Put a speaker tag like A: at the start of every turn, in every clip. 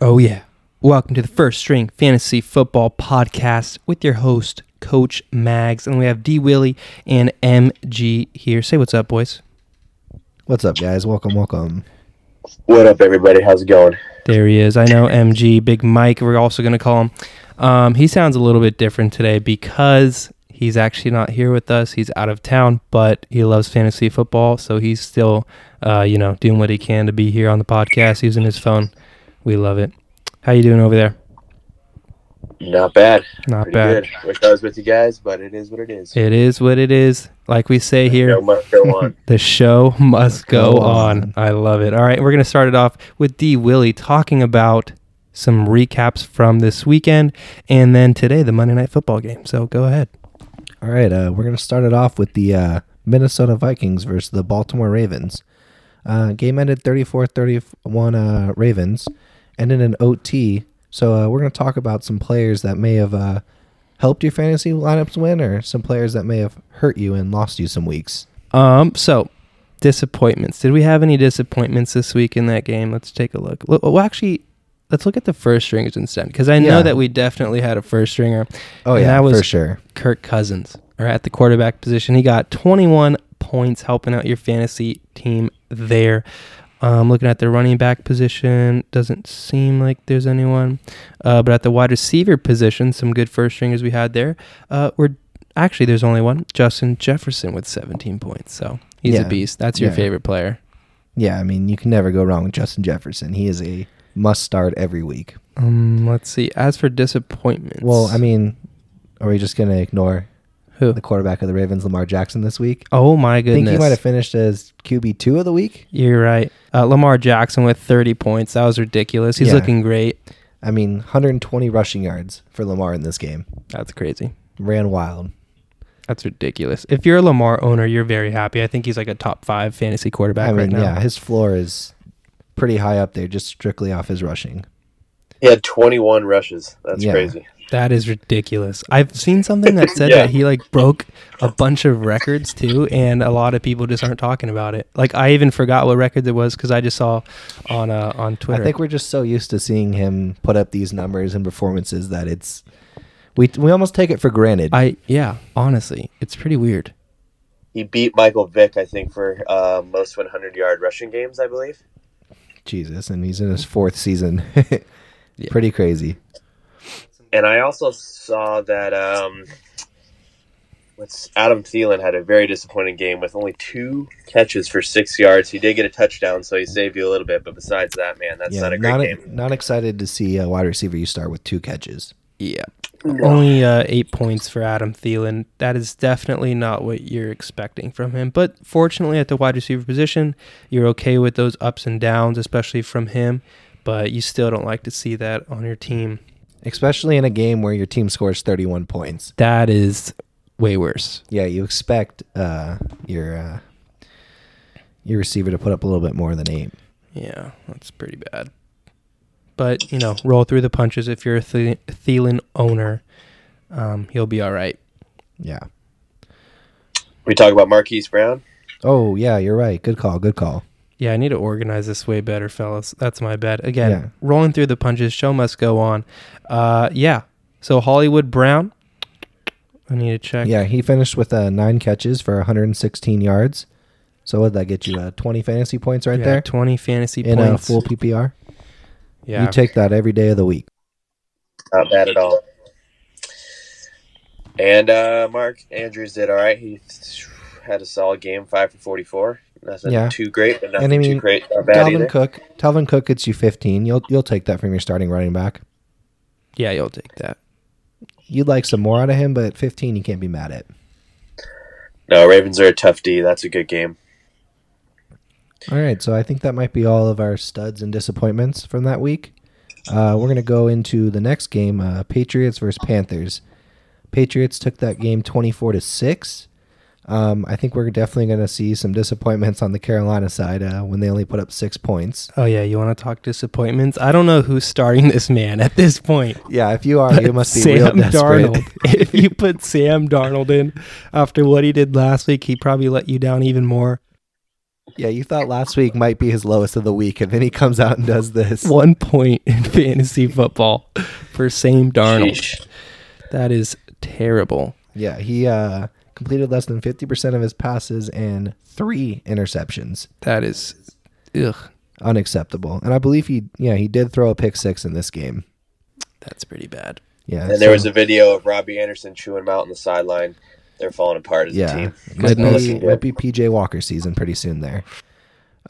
A: Oh, yeah. Welcome to the First String Fantasy Football Podcast with your host, Coach Mags. And we have D Willie and MG here. Say what's up, boys.
B: What's up, guys? Welcome, welcome.
C: What up, everybody? How's it going?
A: There he is. I know MG, Big Mike, we're also going to call him. Um, he sounds a little bit different today because he's actually not here with us. He's out of town, but he loves fantasy football. So he's still, uh, you know, doing what he can to be here on the podcast using his phone. We love it. How you doing over there?
C: Not bad.
A: Not
C: Pretty
A: bad.
C: good. Wish I was with you guys, but it is what it is.
A: It is what it is. Like we say here,
C: No much go on.
A: The show must go
B: Go
A: on. I love it. All right, we're going to start it off with D. Willie talking about some recaps from this weekend and then today, the Monday Night Football game. So go ahead.
B: All right, uh, we're going to start it off with the uh, Minnesota Vikings versus the Baltimore Ravens. Uh, game ended 34 31 uh, Ravens, ended in OT. So uh, we're going to talk about some players that may have uh, helped your fantasy lineups win or some players that may have hurt you and lost you some weeks.
A: Um, so disappointments. Did we have any disappointments this week in that game? Let's take a look. Look, well, actually, let's look at the first stringers instead because I know
B: Yeah.
A: that we definitely had a first stringer.
B: Oh,
A: And
B: yeah,
A: that was
B: for sure.
A: Kirk Cousins or at the quarterback position. He got 21 points helping out your fantasy team there. Um, looking at the running back position, doesn't seem like there's anyone. Uh, but at the wide receiver position, some good first stringers we had there. Uh, we're actually there's only one, Justin Jefferson with 17 points. So he's
B: Yeah.
A: a beast. That's your
B: Yeah.
A: favorite player.
B: Yeah, I mean, you can never go wrong with Justin Jefferson. He is a must start every week.
A: Um, let's see. As for disappointments,
B: Well, I mean, are we just going to ignore
A: who?
B: the quarterback of the Ravens, Lamar Jackson, this week?
A: Oh my
B: I
A: goodness!
B: think he might have finished as QB two of the week.
A: You're right. Uh, Lamar Jackson with 30 points. That was ridiculous. He's
B: Yeah.
A: looking great.
B: I mean, 120 rushing yards for Lamar in this game.
A: That's crazy.
B: Ran wild.
A: That's ridiculous. If you're a Lamar owner, you're very happy. I think he's like a top five fantasy quarterback
B: I mean,
A: right now.
B: yeah, his floor is pretty high up there, just strictly off his rushing.
C: He had 21 rushes. That's
B: Yeah.
C: crazy.
A: That is ridiculous. I've seen something that said
C: Yeah.
A: that he like broke a bunch of records too, and a lot of people just aren't talking about it. Like I even forgot what record it was because I just saw on uh, on Twitter.
B: I think we're just so used to seeing him put up these numbers and performances that it's we we almost take it for granted.
A: I yeah, honestly, it's pretty weird.
C: He beat Michael Vick, I think, for uh, most 100 yard rushing games, I believe.
B: Jesus, and he's in his fourth season. Pretty crazy.
C: And I also saw that um, what's Adam Thielen had a very disappointing game with only two catches for six yards. He did get a touchdown, so he saved you a little bit. But besides that, man, that's
B: yeah,
C: not a great
B: not
C: game.
B: not excited to see a wide receiver you start with two catches.
A: Yeah. Only uh, eight points for Adam Thielen. That is definitely not what you're expecting from him. But fortunately, at the wide receiver position, you're okay with those ups and downs, especially from him. But you still don't like to see that on your team.
B: Especially in a game where your team scores 31 points.
A: That is way worse.
B: yeah, you expect uh, your uh, your receiver to put up a little bit more than eight.
A: Yeah, that's pretty bad. But, you know, roll through the punches if you're a Thi- Thielen owner. Um, he'll be all right.
B: Yeah.
C: We talk about Marquise Brown.
B: Oh yeah, you're right. Good call. Good call.
A: Yeah, I need to organize this way better, fellas. That's my bad. Again,
B: Yeah.
A: rolling through the punches. Show must go on. Uh, yeah. So Hollywood Brown. I need to check.
B: Yeah, he finished with uh, nine catches for 116 yards. So what would that get you? Uh, 20 fantasy points right
A: Yeah,
B: there
A: Twenty fantasy
B: in a
A: points.
B: full PPR.
A: yeah.
B: You take that every day of the week.
C: Not bad at all. And uh, Mark Andrews did all right. He had a solid game, five for forty-four. Nothing
B: Yeah.
C: too great, but nothing
B: And I mean,
C: too great. Not bad
B: Dalvin
C: either.
B: Cook, Dalvin Cook gets you 15. You'll you'll take that from your starting running back.
A: yeah, you'll take that.
B: You'd like some more out of him, but 15 you can't be mad at.
C: No, Ravens are a tough D. That's a good game.
B: All right, so I think that might be all of our studs and disappointments from that week. Uh, we're going to go into the next game, uh, Patriots versus Panthers. Patriots took that game 24 to 6. Um, I think we're definitely going to see some disappointments on the Carolina side uh, when they only put up 6 points.
A: Oh yeah, you want to talk disappointments? I don't know who's starting this man at this point.
B: Yeah, if you are, Oh, you must be real
A: Sam
B: desperate.
A: Darnold. if you put Sam Darnold in after what he did last week, he probably let you down even more.
B: Yeah, you thought last week might be his lowest of the week, and then he comes out and does this.
A: One point in fantasy football for same Darnold.
C: Sheesh.
A: That is terrible.
B: Yeah, he uh, completed less than 50% of his passes and three interceptions.
A: That is, ugh,
B: Unacceptable. And I believe he, yeah, he did throw a pick six in this game.
A: that's pretty bad.
B: Yeah.
C: And there was
B: so-
C: a video of Robbie Anderson chewing him out on the sideline. They're falling apart as a
B: yeah,
C: team.
B: it might
A: Goodness.
B: be, might be PJ Walker season pretty soon there.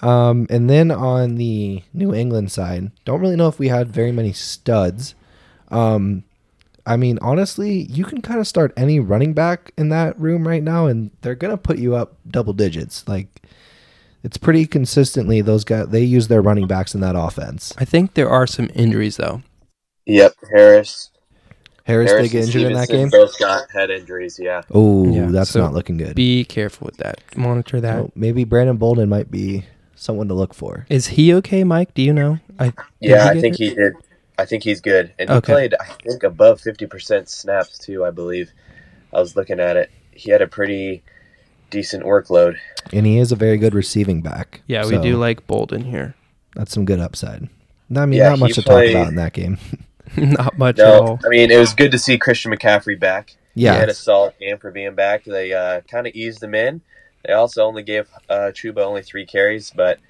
B: Um, and then on the New England side, don't really know if we had very many studs. Um, I mean, honestly, you can kind of start any running back in that room right now, and they're gonna put you up double digits. Like, it's pretty consistently those guys. They use their running backs in that offense.
A: I think there are some injuries though.
C: Yep, Harris.
B: Harris,
C: Harris
B: did get
C: and
B: injured in that
C: Stevenson
B: game.
C: Both got head injuries. Yeah,
B: Oh,
A: Yeah,
B: that's
A: so
B: not looking good.
A: Be careful with that. Monitor that. Is
B: So maybe Brandon Bolden might be someone to look for.
A: he okay, Mike? Do you know? I did
C: yeah.
A: he
C: I
A: get
C: think
A: hurt?
C: he did. I think he's good, and he
A: Okay.
C: played. I think above fifty percent snaps too. I believe. I was looking at it. He had a pretty decent workload.
B: And he is a very good receiving back.
A: Yeah, we
B: So
A: do like Bolden here.
B: That's some good upside. I mean,
C: Yeah,
B: not much
C: he
B: to talk
C: played-
B: about in that game.
A: Not much at
C: No,
A: all.
C: I mean it was good to see Christian McCaffrey back. he
B: yeah,
C: had a solid game for being back. They uh, kind of eased him in. They also only gave uh, Chuba only three carries, but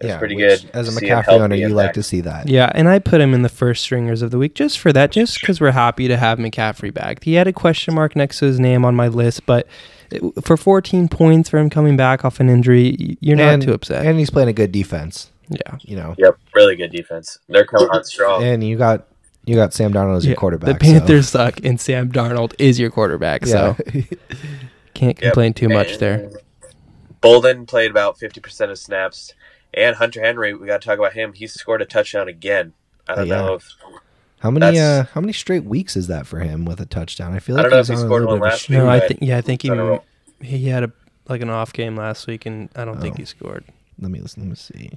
C: it's
B: yeah,
C: pretty
B: which,
C: good.
B: As a
C: to see him healthy
B: McCaffrey owner,
C: and
B: you like
C: back.
B: to see that.
A: Yeah, and I put him in the first stringers of the week just for that, just because we're happy to have McCaffrey back. He had a question mark next to his name on my list, but it- for 14 points for him coming back off an injury, y- you're not
B: and,
A: too upset.
B: And he's playing a good defense.
A: yeah,
B: You know,
C: Yep, really good defense. They're coming on strong.
B: and you got you got Sam Darnold as
A: Yeah,
B: your quarterback.
A: The Panthers suck, and Sam Darnold is your quarterback, so
B: So. Yeah.
A: can't
C: Yep.
A: complain too much
C: And
A: there.
C: Bolden played about 50% of snaps. And Hunter Henry, we got to talk about him. He scored a touchdown again. I don't
B: Yeah.
C: know if
B: how many uh,
C: That's-
B: how many straight weeks is that for him with a touchdown? I feel
C: I
B: like
C: don't know
B: he's
C: if he
B: on a
C: scored
B: little
C: one
B: bit of a
C: last
B: sh-
C: week.
A: No, I
C: but
A: think yeah, I think he
C: I don't know.
A: he had a like an off game last week, and I don't think
B: Oh.
A: he scored.
B: Let me listen. Let me see.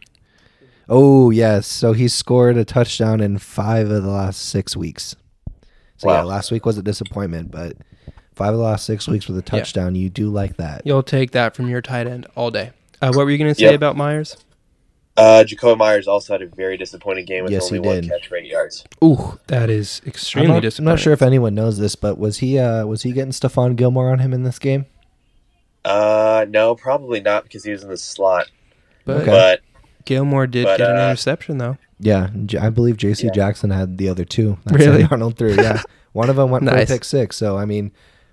B: Oh yes, so he scored a touchdown in five of the last six weeks. So yeah,
C: Wow.
B: last week was a disappointment, but five of the last six weeks with a touchdown, you do like that.
A: You'll take that from your tight end all day. Uh, what were you going to say
C: Yep.
A: about Myers?
C: uh, Jacob Myers also had a very disappointing game with
B: Yes,
C: only
B: he
C: one
B: did.
C: catch for eight yards.
A: Ooh, that is
B: I'm
A: extremely
B: not, I'm
A: disappointing.
B: not sure if anyone knows this, but was he uh, was he getting Stephon Gilmore on him in this game?
C: Uh, no, probably not because he was in the slot.
A: but
B: Okay.
C: But
A: Gilmore did
C: But,
A: get an
C: uh,
A: interception though.
B: Yeah, J- I believe J.C.
C: Yeah.
B: Jackson had the other two. that
A: Really?
B: Sam Darnold threw. Yeah, one of them went
A: Nice.
B: for a pick six. So I mean,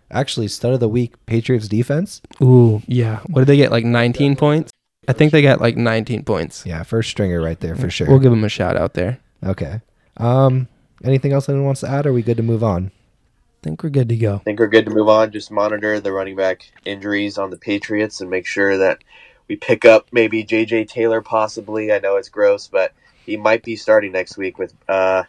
B: actually, stud of the week, Patriots defense.
A: Ooh, yeah. What did they get? Like 19 points? I think they got like 19 points.
B: Yeah, first stringer right there for sure.
A: We'll give them a shout out there.
B: Okay. Um, anything else anyone wants to add? Or are we good to move on?
A: I think we're good to go.
C: I think we're good to move on. Just monitor the running back injuries on the Patriots and make sure that we pick up maybe J.J. Taylor possibly. I know it's gross, but he might be starting next week with uh,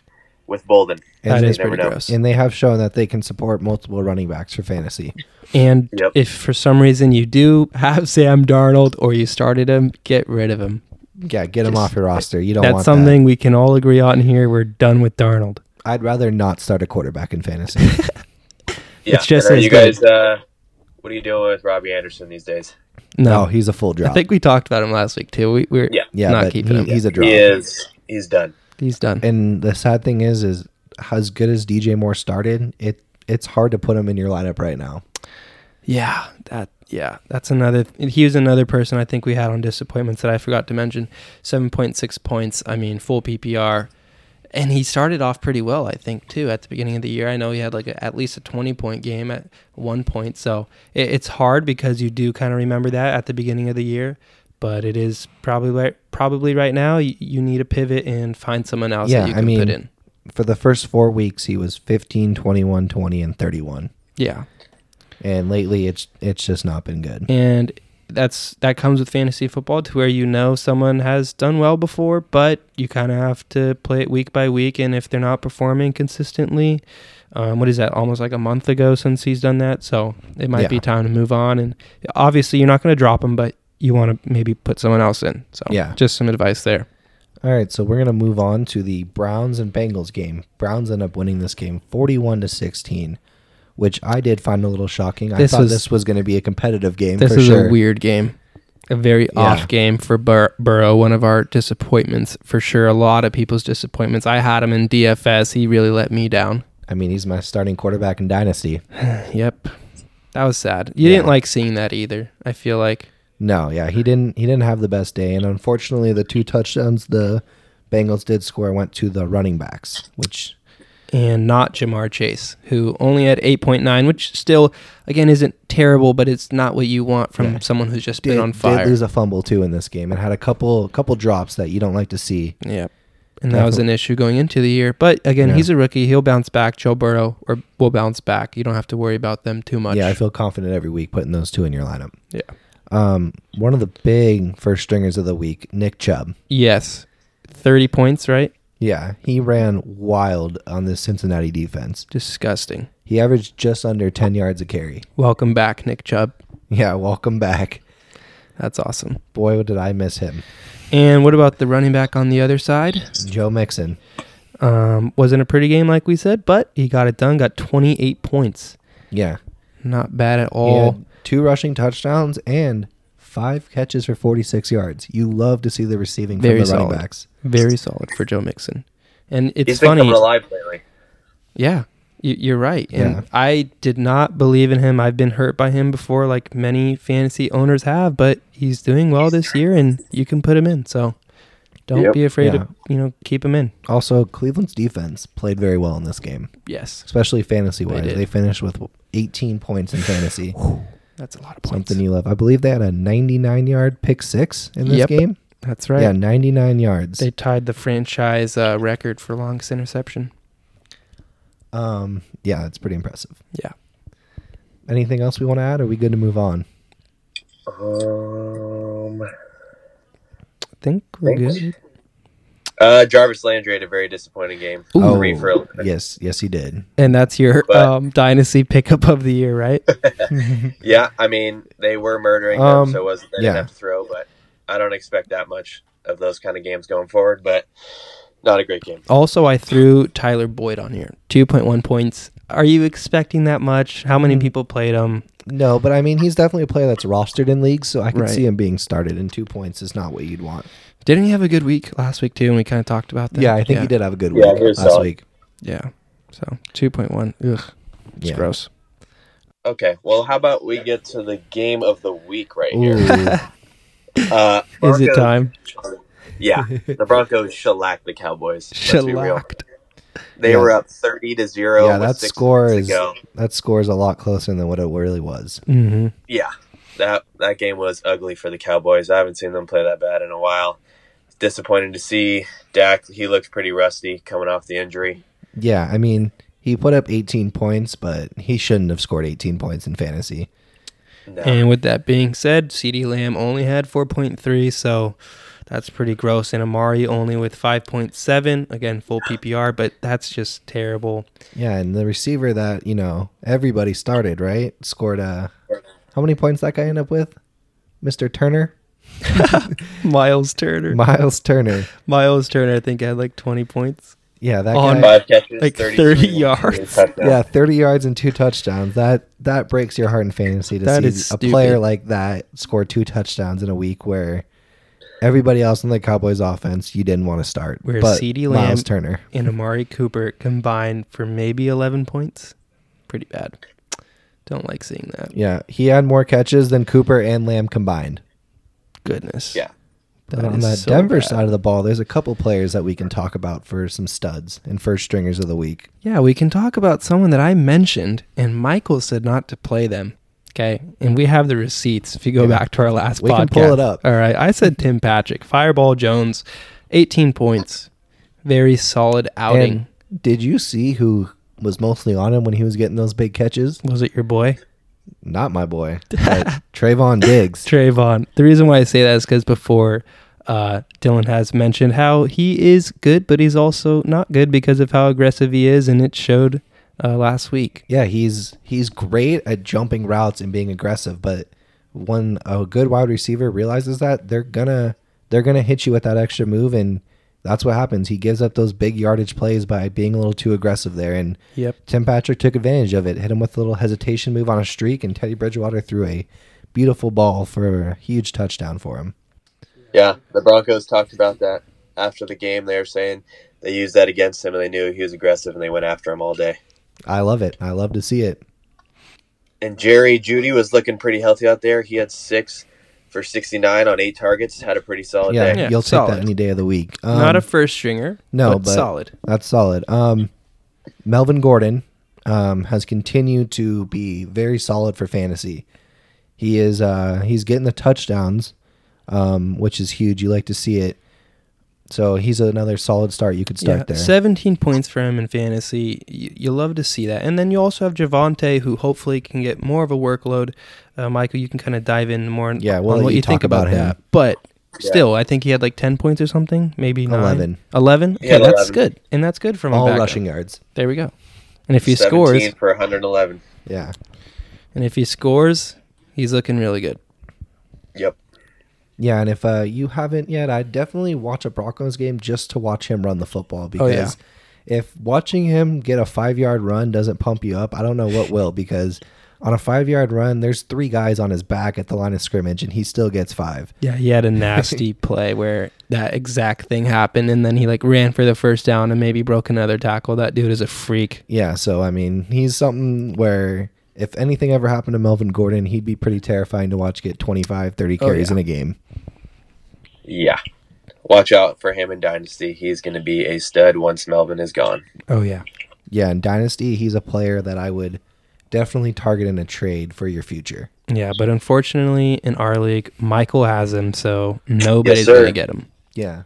C: with Bolden.
A: That
B: And
A: is
B: they,
C: never
A: pretty
C: know.
A: gross.
B: and they have shown that they can support multiple running backs for fantasy.
A: And
C: Yep.
A: if for some reason you do have Sam Darnold or you started him, get rid of him.
B: Yeah, get them
A: Just-
B: off your roster. You don't
A: That's
B: want
A: something we can all agree on here. We're done with Darnold.
B: That. I'd rather not start a quarterback in fantasy.
A: It's just
C: and are
A: as
C: you
A: good.
C: guys. Uh, what are you doing with Robbie Anderson these days?
B: no,
A: No.
B: Oh, he's a full drop.
A: I think we talked about him last week too. We, we're
C: Yeah.
B: yeah,
A: not
B: but
A: keeping
B: he-
A: him.
B: he's a drop.
C: He is. He's done.
A: he's done.
B: And the sad thing is, is as good as DJ Moore started, it it's hard to put him in your lineup right now.
A: Yeah, that yeah, that's another. He was another person I think we had on disappointments that I forgot to mention. Seven point six points. I mean, full PPR, and he started off pretty well. I think too at the beginning of the year. I know he had like a, at least a twenty point game at one point. So it, it's hard because you do kind of remember that at the beginning of the year. But it is probably right, probably right now you, you need a pivot and find someone else
B: Yeah,
A: that you
B: I
A: can put
B: mean-
A: in.
B: For the first four weeks, he was 15, 21, 20, and 31.
A: Yeah,
B: And lately, it's it's just not been good.
A: and that's that comes with fantasy football to where you know someone has done well before but you kind of have to play it week by week and if they're not performing consistently um, what is that almost like a month ago since he's done that so it might be
B: Yeah.
A: time to move on and obviously you're not going to drop him but you want to maybe put someone else in so
B: Yeah.
A: just some advice there
B: All right, so we're gonna move on to the Browns and Bengals game. Browns end up winning this game, forty-one to sixteen, which I did find a little shocking. I
A: This
B: thought
A: was-
B: this was gonna be a competitive game
A: this
B: for
A: is
B: sure.
A: a weird game a very
B: Yeah.
A: off game for Bur- Burrow. One of our disappointments for sure. A lot of people's disappointments. I had him in DFS. He really let me down.
B: I mean, he's my starting quarterback in Dynasty.
A: Yep, that was sad. You didn't like seeing that either. I feel like
B: No, yeah, he didn't. He didn't have the best day, and unfortunately, the two touchdowns the Bengals did score went to the running backs, which
A: and not Jamar Chase, who only had 8.9, which still, again, isn't terrible, but it's not what you want from someone who's just
B: did,
A: been on
B: did
A: fire.
B: lose a fumble too in this game, and had a couple couple drops that you don't like to see.
A: Yep. And that was an issue going into the year. But again, he's a rookie. He'll bounce back. Joe Burrow or will bounce back. You don't have to worry about them too much.
B: Yeah, I feel confident every week putting those two in your lineup.
A: Yeah.
B: Um, one of the big first stringers of the week, Nick Chubb.
A: Yes. 30 points, right?
B: Yeah, he ran wild on this Cincinnati defense.
A: Disgusting.
B: He averaged just under 10 yards a carry.
A: Welcome back, Nick Chubb.
B: Yeah, welcome back.
A: That's awesome.
B: Boy, did I miss him.
A: And what about the running back on the other side?
B: Joe Mixon.
A: Um, wasn't a pretty game, like we said, but he got it done. Got 28 points.
B: Yeah.
A: Not bad at
B: He
A: all.
B: had two rushing touchdowns and five catches for 46 yards. You love to see the receiving
A: Very
B: from the running
A: solid.
B: backs.
A: Very solid for Joe Mixon. And it's
C: He's
A: funny.
C: become reliable lately.
A: Yeah, you, you're right. And
B: Yeah.
A: I did not believe in him. I've been hurt by him before, like many fantasy owners have. But he's doing well this year, and you can put him in. So don't
C: Yep.
A: be afraid
B: Yeah.
A: to you know keep him in.
B: Also, Cleveland's defense played very well in this game,
A: Yes,
B: especially fantasy wise.
A: did.
B: They, finished with 18 points in fantasy.
A: that's a lot of points.
B: Something you love. I believe they had a 99 yard pick six in this
A: Yep.
B: game.
A: That's right.
B: Yeah, 99 yards.
A: They tied the franchise uh, record for longest interception.
B: um, yeah, it's pretty impressive.
A: Yeah.
B: Anything else we want to add? Are we good to move on?
C: Um,
A: I think we're
C: Thanks.
A: good.
C: uh, Jarvis Landry had a very disappointing game.
A: Ooh.
C: Three for eleven.
B: Oh, yes, yes, he did.
A: And that's your
C: But-
A: um, dynasty pickup of the year, right?
C: Yeah, I mean they were murdering
B: Um,
C: them, so it wasn't they
B: yeah.
C: didn't have to throw, but I don't expect that much of those kind of games going forward. But not a great game.
A: Also, I threw Tyler Boyd on here. 2.1 points. Are you expecting that much? How
C: Hmm.
A: many people played him?
B: No, but I mean, he's definitely a player that's rostered in leagues, so I can
A: Right.
B: see him being started. And two points is not what you'd want.
A: Didn't he have a good week last week too? And we kind of talked about that.
B: Yeah, I think he did have a good week
C: Yeah, he was
B: last
C: solid.
B: week.
A: Yeah. So two point one. Ugh, it's
B: Yeah.
A: gross.
C: Okay, well, how about we get to the game of the week right here?
B: Ooh,
C: Uh,
A: Is it
C: Broncos-
A: time?
C: Yeah, the Broncos shellacked the Cowboys. Let's be real.
A: Shellacked.
C: They
B: Yeah.
C: were up thirty to zero.
B: Yeah,
C: with
B: that
C: six
B: score
C: minutes to
B: is-
C: go.
B: that score is a lot closer than what it really was.
A: Mm-hmm.
C: yeah, that that game was ugly for the Cowboys. I haven't seen them play that bad in a while. It's disappointing to see Dak. He looked pretty rusty coming off the injury.
B: Yeah, I mean, he put up 18 points, but he shouldn't have scored 18 points in fantasy.
C: No.
A: And with that being said, CD Lamb only had four point three, so that's pretty gross. And Amari only with five point seven. Again, full PPR, but that's just terrible.
B: Yeah, and the receiver that you know everybody started right scored uh how many points that guy end up with, Mister Turner,
A: Miles Turner.
B: Miles Turner.
A: Miles Turner, I think had like twenty points.
B: Yeah, that
A: On-
B: guy.
C: Five catches,
A: Like
C: 33
A: 30 yards.
C: touchdowns.
B: Yeah, thirty yards and two touchdowns. That that breaks your heart in fantasy to
A: That
B: see
A: is
B: a
A: stupid.
B: player like that score two touchdowns in a week where everybody else in the Cowboys offense you didn't want to start.
A: Where
B: but
A: CeeDee Lamb-
B: Miles Turner.
A: And Amari Cooper combined for maybe eleven points. Pretty bad. Don't like seeing that.
B: Yeah, he had more catches than Cooper and Lamb combined.
A: Goodness.
C: Yeah.
B: But
A: That
B: on
A: is
B: the
A: so
B: Denver
A: bad.
B: side of the ball, there's a couple players that we can talk about for some studs and first stringers of the week.
A: Yeah, we can talk about someone that I mentioned, and Michael said not to play them. Okay, and we have the receipts. If you go back to our last,
B: We can
A: podcast.
B: pull it up.
A: All right, I said Tim Patrick, Fireball Jones, eighteen points, very solid outing.
B: And did you see who was mostly on him when he was getting those big catches?
A: was it your boy
B: Not my boy, but Trayvon Diggs.
A: Trayvon? The reason why I say that is because before uh, Dylan has mentioned how he is good, but he's also not good because of how aggressive he is, and it showed uh, last week.
B: Yeah, he's he's great at jumping routes and being aggressive, but when a good wide receiver realizes that, they're gonna they're gonna hit you with that extra move and that's what happens. He gives up those big yardage plays by being a little too aggressive there and
A: Yep.
B: Tim Patrick took advantage of it, hit him with a little hesitation move on a streak, and Teddy Bridgewater threw a beautiful ball for a huge touchdown for him.
C: Yeah, the Broncos talked about that after the game. They were saying they used that against him, and they knew he was aggressive, and they went after him all day.
B: I love it. I love to see it.
C: And Jerry Judy was looking pretty healthy out there. He had six for 69 on eight targets. Had a pretty solid
B: Yeah,
C: day.
A: Yeah,
B: you'll take
A: solid.
B: that any day of the week. Um,
A: Not a first stringer.
B: no,
A: but
B: but-
A: solid.
B: That's solid. Um, Melvin Gordon um, has continued to be very solid for fantasy. He is uh, he's getting the touchdowns, um, which is huge. You like to see it. So he's another solid start. You could start
A: Yeah,
B: there.
A: 17 points for him in fantasy. You, you love to see that. And then you also have Javante, who hopefully can get more of a workload. Uh, Michael, you can kind of dive in more on-
B: Yeah, we'll
A: on
B: let
A: what
B: you
A: you think
B: talk about
A: about,
B: him.
A: that. But still, I think he had like 10 points or something, maybe nine.
B: 11.
A: 11?
C: He had
A: Okay, that's
C: 11.
A: good. And that's good from a
B: All
A: backup.
B: rushing yards.
A: There we go. And if he
C: 17
A: scores,
C: for 111.
B: Yeah.
A: and if he scores, he's looking really good.
C: Yep.
B: Yeah, and if uh, you haven't yet, I definitely watch a Broncos game just to watch him run the football because
A: yeah.
B: if watching him get a five yard run doesn't pump you up, I don't know what will because on a five yard run, there's three guys on his back at the line of scrimmage and he still gets five.
A: Yeah, he had a nasty play where that exact thing happened, and then he like ran for the first down and maybe broke another tackle. That dude is a freak.
B: Yeah, so I mean, he's something where if anything ever happened to Melvin Gordon, he'd be pretty terrifying to watch get 25, 30 carries
A: yeah.
B: in a game.
C: Yeah. Watch out for him in Dynasty. He's going to be a stud once Melvin is gone.
A: Oh yeah,
B: Yeah, in Dynasty, he's a player that I would definitely target in a trade for your future.
A: yeah. But unfortunately, in our league, Michael has him, so nobody's
C: sir.
A: gonna get him.
B: Yeah.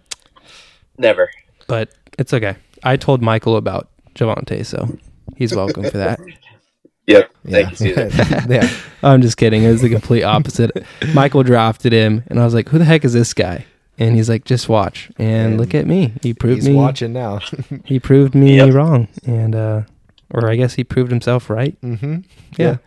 C: Never.
A: But it's okay. I told Michael about Javante, so he's welcome for that.
C: Yep.
B: Yeah.
C: Thank you, Caesar.
B: yeah.
A: I'm just kidding. It was the complete opposite. Michael drafted him, and I was like, "Who the heck is this guy?" And he's like, "Just watch." And,
B: And
A: look at me. He proved
B: He's
A: me.
B: watching now.
A: He proved me
C: Yep.
A: wrong, and uh, or I guess he proved himself right.
B: mm-hmm.
A: Yeah.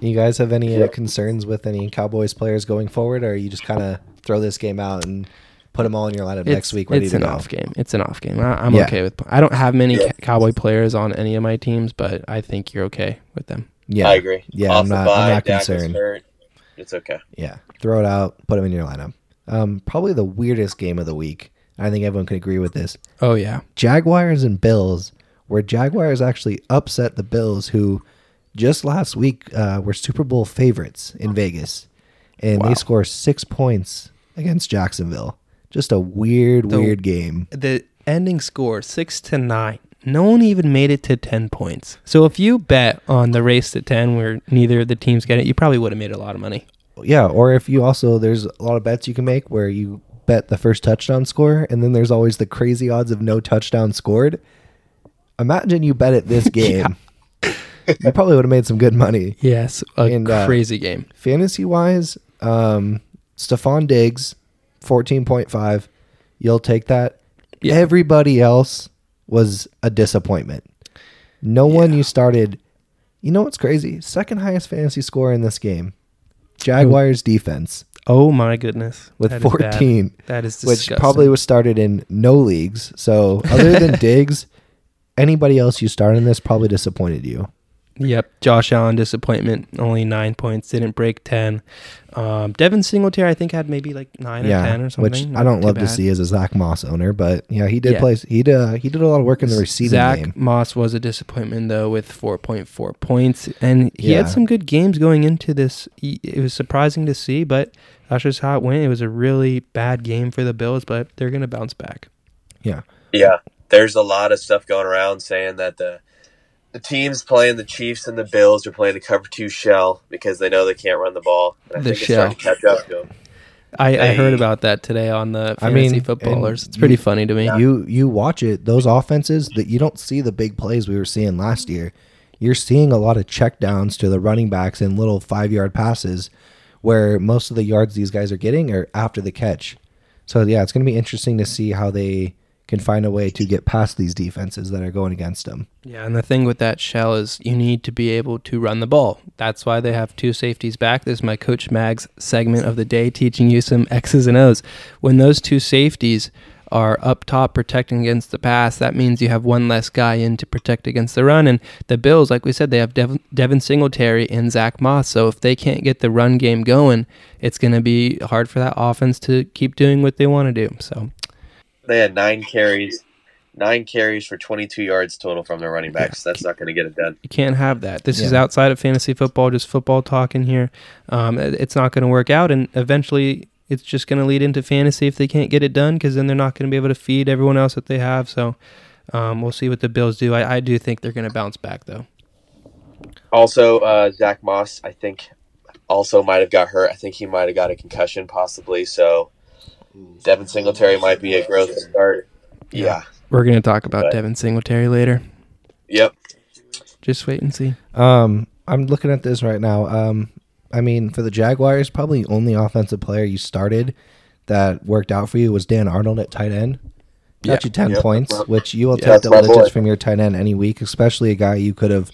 B: You guys have any uh, concerns with any Cowboys players going forward, or you just kind of throw this game out and put them all in your lineup next week ready
A: it's
B: to
A: an
B: go?
A: off game. It's an off game. I, I'm
B: Yeah.
A: okay with. I don't have many
C: Yeah.
A: ca- cowboy players on any of my teams, but I think you're okay with them.
B: Yeah,
C: I agree.
B: Yeah,
C: Off
B: I'm
C: the
B: not. I'm
C: bye,
B: not
C: Dak is
B: concerned.
C: hurt. It's okay.
B: Yeah, throw it out, put them in your lineup. Um, probably the weirdest game of the week. I think everyone could agree with this.
A: Oh yeah,
B: Jaguars and Bills, where Jaguars actually upset the Bills, who just last week uh, were Super Bowl favorites in Vegas, and they score six points against Jacksonville. Just a weird, weird game.
A: the ending score six to nine. No one even made it to ten points. So if you bet on the race to ten, where neither of the teams get it, you probably would have made a lot of money.
B: Yeah, or if you also there's a lot of bets you can make where you bet the first touchdown score, and then there's always the crazy odds of no touchdown scored. Imagine you bet at this game. you probably would have made some good money.
A: Yes, a
B: And, uh,
A: crazy game.
B: Fantasy wise, um, Stephon Diggs, fourteen point five. You'll take that.
A: Yeah.
B: Everybody else was a disappointment. No one you started. You know what's crazy? Second highest fantasy score in this game. Jaguars defense.
A: Oh my goodness,
B: with
A: That is bad.
B: 14,
A: That is
B: which
A: disgusting.
B: probably was started in no leagues. So other than Diggs, anybody else you start in this probably disappointed you.
A: Yep, Josh Allen disappointment. Only nine points, didn't break ten. Um, Devin Singletary, I think, had maybe like nine or ten
B: yeah,
A: or something.
B: which
A: Not
B: I don't
A: too
B: love to
A: bad.
B: see as a Zach Moss owner, but yeah, he did
A: Yeah.
B: play. He did, uh, he did a lot of work in the receiving
A: Zach
B: game.
A: Moss was a disappointment though, with four point four points, and he
B: Yeah.
A: had some good games going into this. He- It was surprising to see, but that's just how it went. It was a really bad game for the Bills, but they're gonna bounce back.
B: Yeah,
C: Yeah, there's a lot of stuff going around saying that the the teams playing the Chiefs and the Bills are playing the cover two shell because they know they can't run the ball. And I
A: The
C: think it's starting to catch up to 'em.
A: I, I heard
C: Hey.
A: about that today on the
B: I
A: fantasy
B: mean,
A: footballers.
B: and
A: It's pretty
B: you-
A: funny to me.
B: you you watch it those offenses that you don't see the big plays we were seeing last year. You're seeing a lot of checkdowns to the running backs and little five yard passes, where most of the yards these guys are getting are after the catch. So yeah, it's going to be interesting to see how they can find a way to get past these defenses that are going against them.
A: Yeah, and the thing with that shell is you need to be able to run the ball. That's why they have two safeties back. This is my Coach Mag's segment of the day, teaching you some X's and O's. When those two safeties are up top protecting against the pass, that means you have one less guy in to protect against the run. And the Bills, like we said, they have Devin, Devin Singletary and Zach Moss. So if they can't get the run game going, it's going to be hard for that offense to keep doing what they want to do. So
C: They had nine carries, nine carries for 22 yards total from their running backs. That's not going to get it done.
A: you can't have that. This is
B: Yeah.
A: outside of fantasy football, just football talk in here. Um, it- it's not going to work out, and eventually it's just going to lead into fantasy if they can't get it done, because then they're not going to be able to feed everyone else that they have. So um, we'll see what the Bills do. I, I do think they're going to bounce back, though.
C: Also, uh, Zach Moss, I think, also might have got hurt. I think he might have got a concussion possibly. So Devin Singletary might be a growth start.
A: Yeah.
C: Yeah.
A: We're going to talk about
C: Right.
A: Devin Singletary later.
C: Yep.
A: Just wait and see.
B: Um, I'm looking at this right now. Um, I mean, for the Jaguars, probably only offensive player you started that worked out for you was Dan Arnold at tight end. Got
A: Yeah.
B: you ten
C: Yep.
B: points, which you will
C: Yeah,
B: take
C: that's my
B: double digits
C: boy.
B: from your tight end any week, especially a guy you could have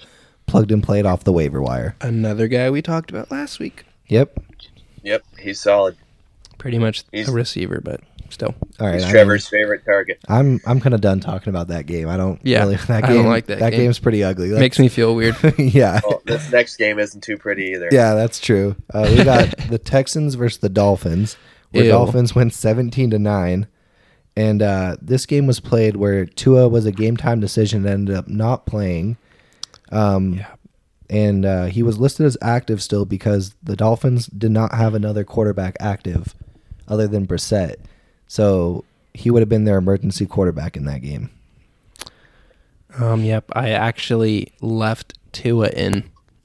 B: plugged and played off the waiver wire.
A: Another guy we talked about last week.
B: Yep.
C: Yep. He's solid.
A: Pretty much
C: He's-
A: a receiver, but still.
B: All right.
C: He's
B: I mean,
C: Trevor's favorite target.
B: I'm I'm kind of done talking about that game. I don't
A: Yeah,
B: really that game.
A: I don't like that game.
B: game's pretty ugly.
A: Makes me feel weird.
B: yeah.
C: Well, Oh, this next game isn't too pretty either.
B: Yeah, that's true. Uh, we got the Texans versus the Dolphins, where
A: Ew.
B: Dolphins went seventeen to nine, and uh, this game was played where Tua was a game time decision and ended up not playing. Um,
A: Yeah.
B: and uh, he was listed as active still because the Dolphins did not have another quarterback active, other than Brissett, so he would have been their emergency quarterback in that game.
A: Um, yep, I actually left Tua in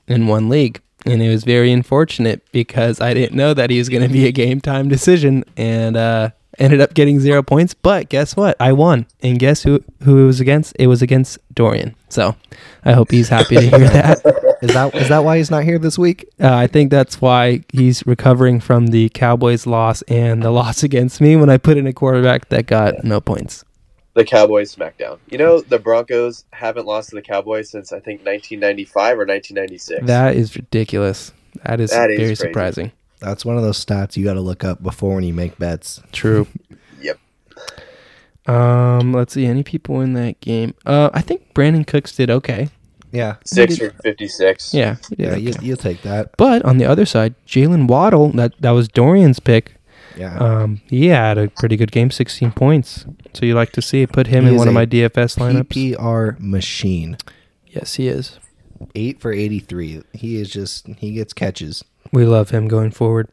A: in one league, and it was very unfortunate because I didn't know that he was going to be a game time decision, and uh, ended up getting zero points. But guess what? I won, and guess who who it was against? It was against Dorian. So I hope he's happy to hear that. Uh,
B: Is that is that why he's not here this week?
A: I think that's why he's recovering from the Cowboys loss and the loss against me when I put in a quarterback that got no points.
C: The Cowboys smackdown. You know, the Broncos haven't lost to the Cowboys since I think 1995 or 1996.
A: That is ridiculous. That is
C: That is
A: very
C: crazy.
A: surprising.
B: That's one of those stats you got to look up before when you make bets.
A: True.
C: Yep.
A: Um, let's see any people in that game. Uh, I think Brandon Cooks did okay.
B: Yeah,
C: Six for 56.
A: Yeah, he did
B: yeah, you,
A: okay.
B: you'll take that.
A: But on the other side, Jalen Waddle, that that was Dorian's pick.
B: Yeah.
A: Um, he had a pretty good game, 16 points. So you like to see put him
B: He
A: in
B: is
A: one of
B: a
A: my DFS lineups.
B: PPR machine.
A: Yes, he is.
B: Eight for eighty-three. He is just he gets catches.
A: We love him going forward.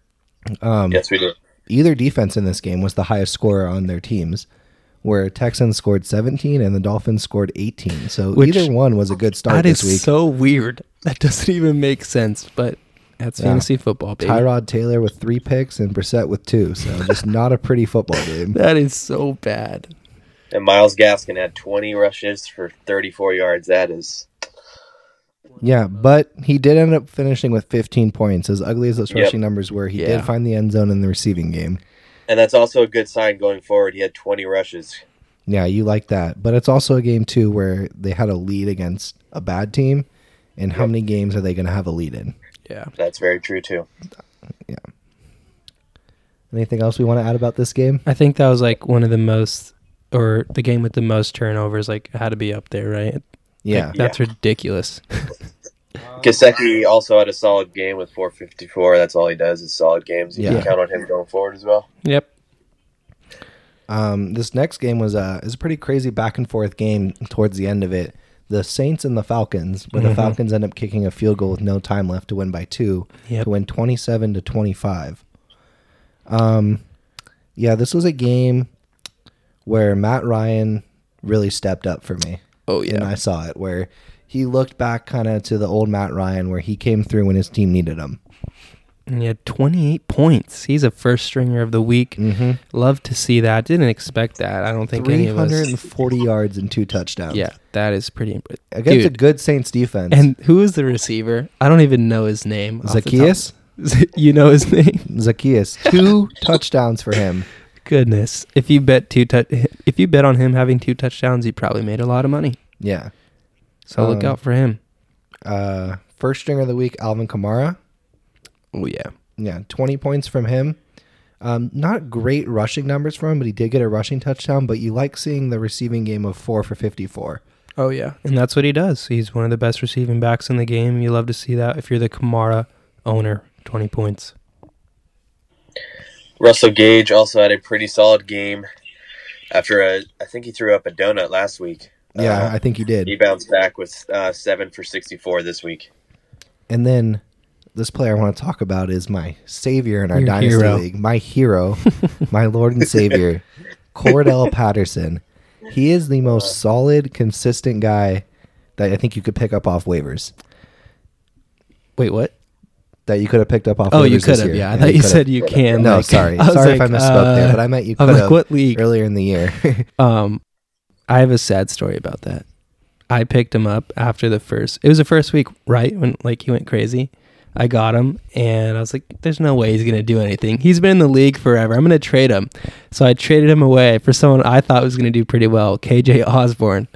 B: Um,
C: Yes, we do.
B: Either defense in this game was the highest scorer on their teams, where Texans scored seventeen and the Dolphins scored eighteen. So
A: Which-
B: either one was a good start
A: That is
B: this week.
A: so weird. That doesn't even make sense, but that's fantasy football, baby.
B: Tyrod Taylor with three picks and Brissett with two. So just not a pretty football game.
A: that is so bad.
C: And Miles Gaskin had 20 rushes for 34 yards. That is
B: Yeah, but he did end up finishing with fifteen points. As ugly as those
C: Yep.
B: rushing numbers were, he
A: Yeah.
B: did find the end zone in the receiving game.
C: And that's also a good sign going forward. He had 20 rushes.
B: Yeah, you like that. But it's also a game too where they had a lead against a bad team. And how many games are they going to have a lead in?
A: Yeah.
C: That's very true too.
B: Anything else we want to add about this game?
A: I think that was like one of the most, or the game with the most turnovers. Like had to be up there, right?
B: Yeah.
A: Like, that's ridiculous.
C: Gasecki also had a solid game with 454. That's all he does is solid games. You
B: Yeah.
C: can count on him going forward as well.
A: yep.
B: Um, this next game was a is a pretty crazy back and forth game towards the end of it. The Saints and the Falcons, where the Falcons end up kicking a field goal with no time left to win by two,
A: Yep.
B: to win twenty seven to twenty five. Um, yeah, this was a game where Matt Ryan really stepped up for me.
A: Oh
B: and I saw it where he looked back kind of to the old Matt Ryan where he came through when his team needed him.
A: And he had 28 points. He's a first stringer of the week.
B: Mm-hmm.
A: Love to see that. Didn't expect that. I don't think any of us.
B: 340 yards and two touchdowns.
A: Yeah, that is pretty impressive.
B: Against a
A: Dude,
B: good Saints defense.
A: and who is the receiver? I don't even know his name. off the top.
B: Zacchaeus?
A: you know his name?
B: Zacchaeus, two touchdowns for him.
A: Goodness. If you bet two tou- if you bet on him having two touchdowns, you probably made a lot of money.
B: Yeah.
A: So look
B: Um,
A: out for him.
B: Uh, first stringer of the week, Alvin Kamara.
A: Oh yeah.
B: Yeah, 20 points from him. Um, not great rushing numbers for him, but he did get a rushing touchdown. But you like seeing the receiving game of four for 54.
A: Oh yeah, and that's what he does. He's one of the best receiving backs in the game. You love to see that. If you're the Kamara owner, twenty points.
C: Russell Gage also had a pretty solid game after a. I think he threw up a donut last week.
B: Yeah,
C: Uh,
B: I think he did.
C: he bounced back with uh, seven for sixty-four this week.
B: And then this player I want to talk about is my savior in our
A: Your
B: dynasty
A: hero.
B: league, my hero, my lord and savior, Cordell Patterson. He is the most solid, consistent guy that I think you could pick up off waivers.
A: Wait, what?
B: That you could have picked up off.
A: Oh,
B: waivers
A: you
B: this
A: could have.
B: year.
A: Yeah, I thought you
B: could've.
A: said you can.
B: No,
A: like-
B: sorry,
A: I was
B: sorry if I
A: like,
B: misspoke there,
A: uh,
B: but I meant you
A: I'm
B: could
A: like,
B: have
A: what league?
B: earlier in the year.
A: Um, I have a sad story about that. I picked him up after the first. It was the first week, right when like he went crazy. I got him, and I was like, "There's no way he's gonna do anything. He's been in the league forever. I'm gonna trade him." So I traded him away for someone I thought was gonna do pretty well, KJ Osborne,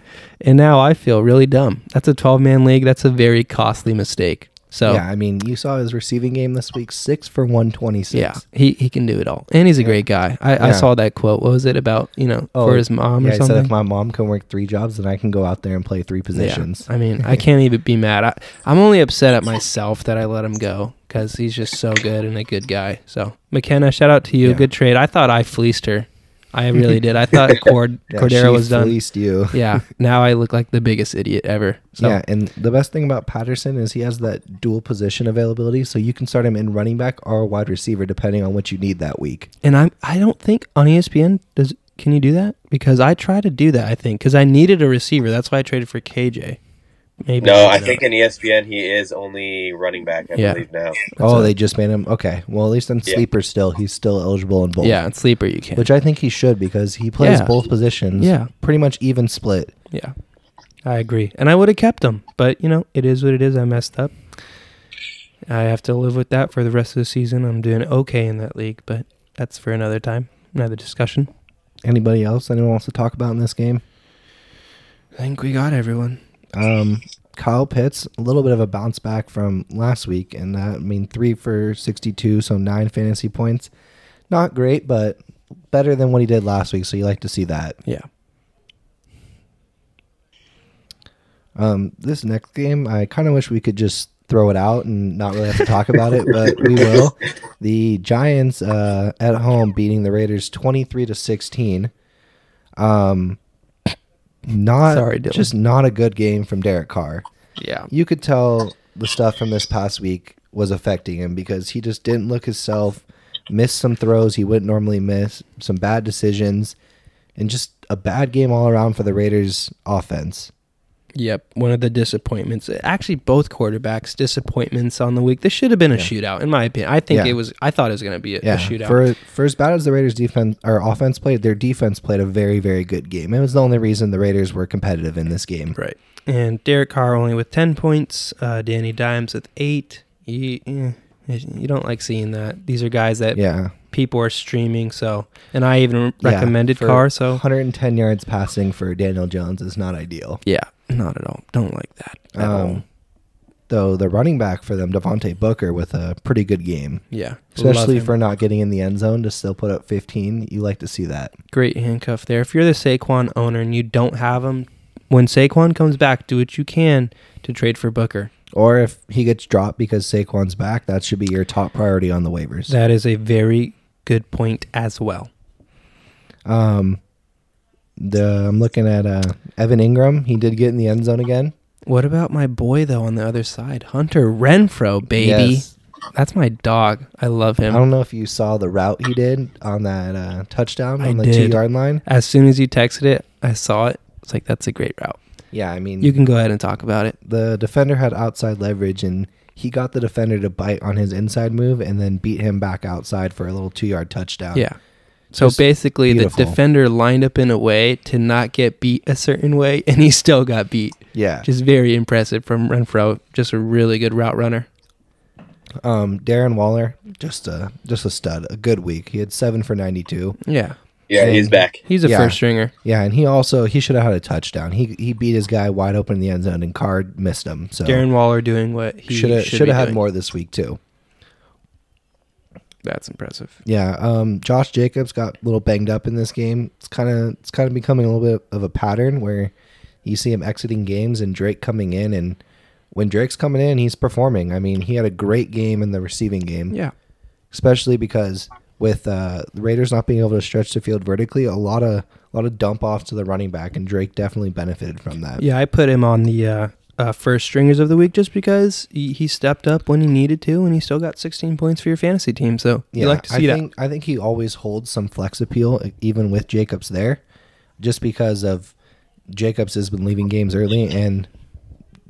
A: and now I feel really dumb. That's a 12 man league. That's a very costly mistake. So
B: Yeah, I mean, you saw his receiving game this week, six for one twenty six.
A: Yeah, he, he can do it all, and he's a great guy. I, I
B: Yeah.
A: saw that quote. What was it about? You know,
B: Oh,
A: for his mom
B: yeah,
A: or
B: he
A: something.
B: said if my mom can work three jobs, then I can go out there and play three
A: Yeah,
B: positions.
A: I mean, I can't even be mad. I, I'm only upset at myself that I let him go because he's just so good and a good guy. So McKenna, shout out to you.
B: Yeah.
A: Good trade. I thought I fleeced her. I really did. I thought Cord-
B: Yeah, she
A: Cordero was done.
B: fleeced you.
A: Yeah. Now I look like the biggest idiot ever. So
B: Yeah, and the best thing about Patterson is he has that dual position availability, so you can start him in running back or wide receiver depending on what you need that week.
A: and I'm I don't think on E ESPN does can you do that because I try to do that I think because I needed a receiver. That's why I traded for KJ. Maybe
C: No, I
A: don't
C: think
A: know.
C: in E ESPN he is only running back. I
A: Yeah.
C: believe now.
B: oh,
A: it.
B: they just made him okay. Well, at least in
C: Yeah.
B: sleeper, still he's still eligible in both.
A: yeah, and sleeper you can.
B: which I think he should because he plays
A: Yeah.
B: both positions.
A: Yeah.
B: pretty much even split.
A: Yeah, I agree. And I would have kept him, but you know, it is what it is. I messed up. I have to live with that for the rest of the season. I'm doing okay in that league, but that's for another time, another discussion.
B: Anybody else anyone wants to talk about in this game?
A: I think we got everyone.
B: Um, Kyle Pitts, a little bit of a bounce back from last week, and that I mean three for sixty-two, so nine fantasy points. Not great, but better than what he did last week. So you like to see that.
A: Yeah.
B: Um, this next game, I kind of wish we could just throw it out and not really have to talk about it, but we will. The Giants uh, at home beating the Raiders twenty-three to sixteen. Um, not
A: Sorry, Dylan.
B: just not a good game from Derek Carr.
A: Yeah.
B: you could tell the stuff from this past week was affecting him because he just didn't look himself, missed some throws he wouldn't normally miss, some bad decisions, and just a bad game all around for the Raiders offense.
A: Yep. One of the disappointments. Actually, both quarterbacks disappointments on the week. This should have been a shootout, in my opinion. I think
B: Yeah.
A: it was. I thought it was going to be a, a
B: Yeah,
A: shootout.
B: for for as bad as the Raiders defense or offense played, their defense played a very very good game. It was the only reason the Raiders were competitive in this game.
A: Right. And Derek Carr only with 10 points. Uh, Danny Dimes with eight. You, eh, you don't like seeing that. These are guys that
B: Yeah,
A: people are streaming. So, and I even
B: Yeah,
A: recommended
B: for
A: Carr. So,
B: 110 yards passing for Daniel Jones is not ideal.
A: yeah, not at all. Don't like that at all.
B: Um, though the running back for them, Devontae Booker, with a pretty good game.
A: Yeah,
B: especially
A: Love him.
B: for not getting in the end zone to still put up 15 you like to see that
A: great handcuff there. If you're the Saquon owner and you don't have him, when Saquon comes back, do what you can to trade for Booker.
B: or if he gets dropped because Saquon's back that should be your top priority on the waivers
A: That is a very good point as well.
B: um the I'm looking at uh Evan Ingram he did get in the end zone again
A: What about my boy though on the other side, Hunter Renfro, baby?
B: Yes.
A: That's my dog. I love
B: I
A: him.
B: don't know if you saw the route he did on that uh touchdown
A: I
B: on the
A: did.
B: 2 yard line
A: as soon as you texted it, I saw it. It's like that's a great route.
B: yeah I mean
A: You can go ahead and talk about it.
B: the defender had outside leverage and he got the defender to bite on his inside move and then beat him back outside for a little 2 yard touchdown
A: Yeah. So
B: Just
A: basically,
B: beautiful.
A: the defender lined up in a way to not get beat a certain way, and he still got beat.
B: yeah
A: Which is very impressive from Renfro. Just a really good route runner.
B: Um, Darren Waller, just a just a stud, a good week. He had seven for ninety two.
A: Yeah.
C: Yeah, he's
B: And-
C: back.
A: He's a
B: Yeah.
A: first stringer.
B: Yeah, and he also he should have had a touchdown. He he beat his guy wide open in the end zone, and Card missed him. So
A: Darren Waller doing what he
B: should have
A: should
B: should
A: be
B: have had
A: doing.
B: more this week too.
A: That's impressive.
B: Yeah, um, Josh Jacobs got a little banged up in this game. It's kind of it's kind of becoming a little bit of a pattern where you see him exiting games and Drake coming in, and when Drake's coming in, he's performing. I mean, he had a great game in the receiving game,
A: Yeah.
B: especially because with uh, the Raiders not being able to stretch the field vertically, a lot of a lot of dump offs to the running back, and Drake definitely benefited from that.
A: Yeah, I put him on the uh, uh, first stringers of the week just because he, he stepped up when he needed to, and he still got 16 points for your fantasy team. So you like to see that.
B: I think I think he always holds some flex appeal, e- even with Jacobs there, just because of Jacobs has been leaving games early, and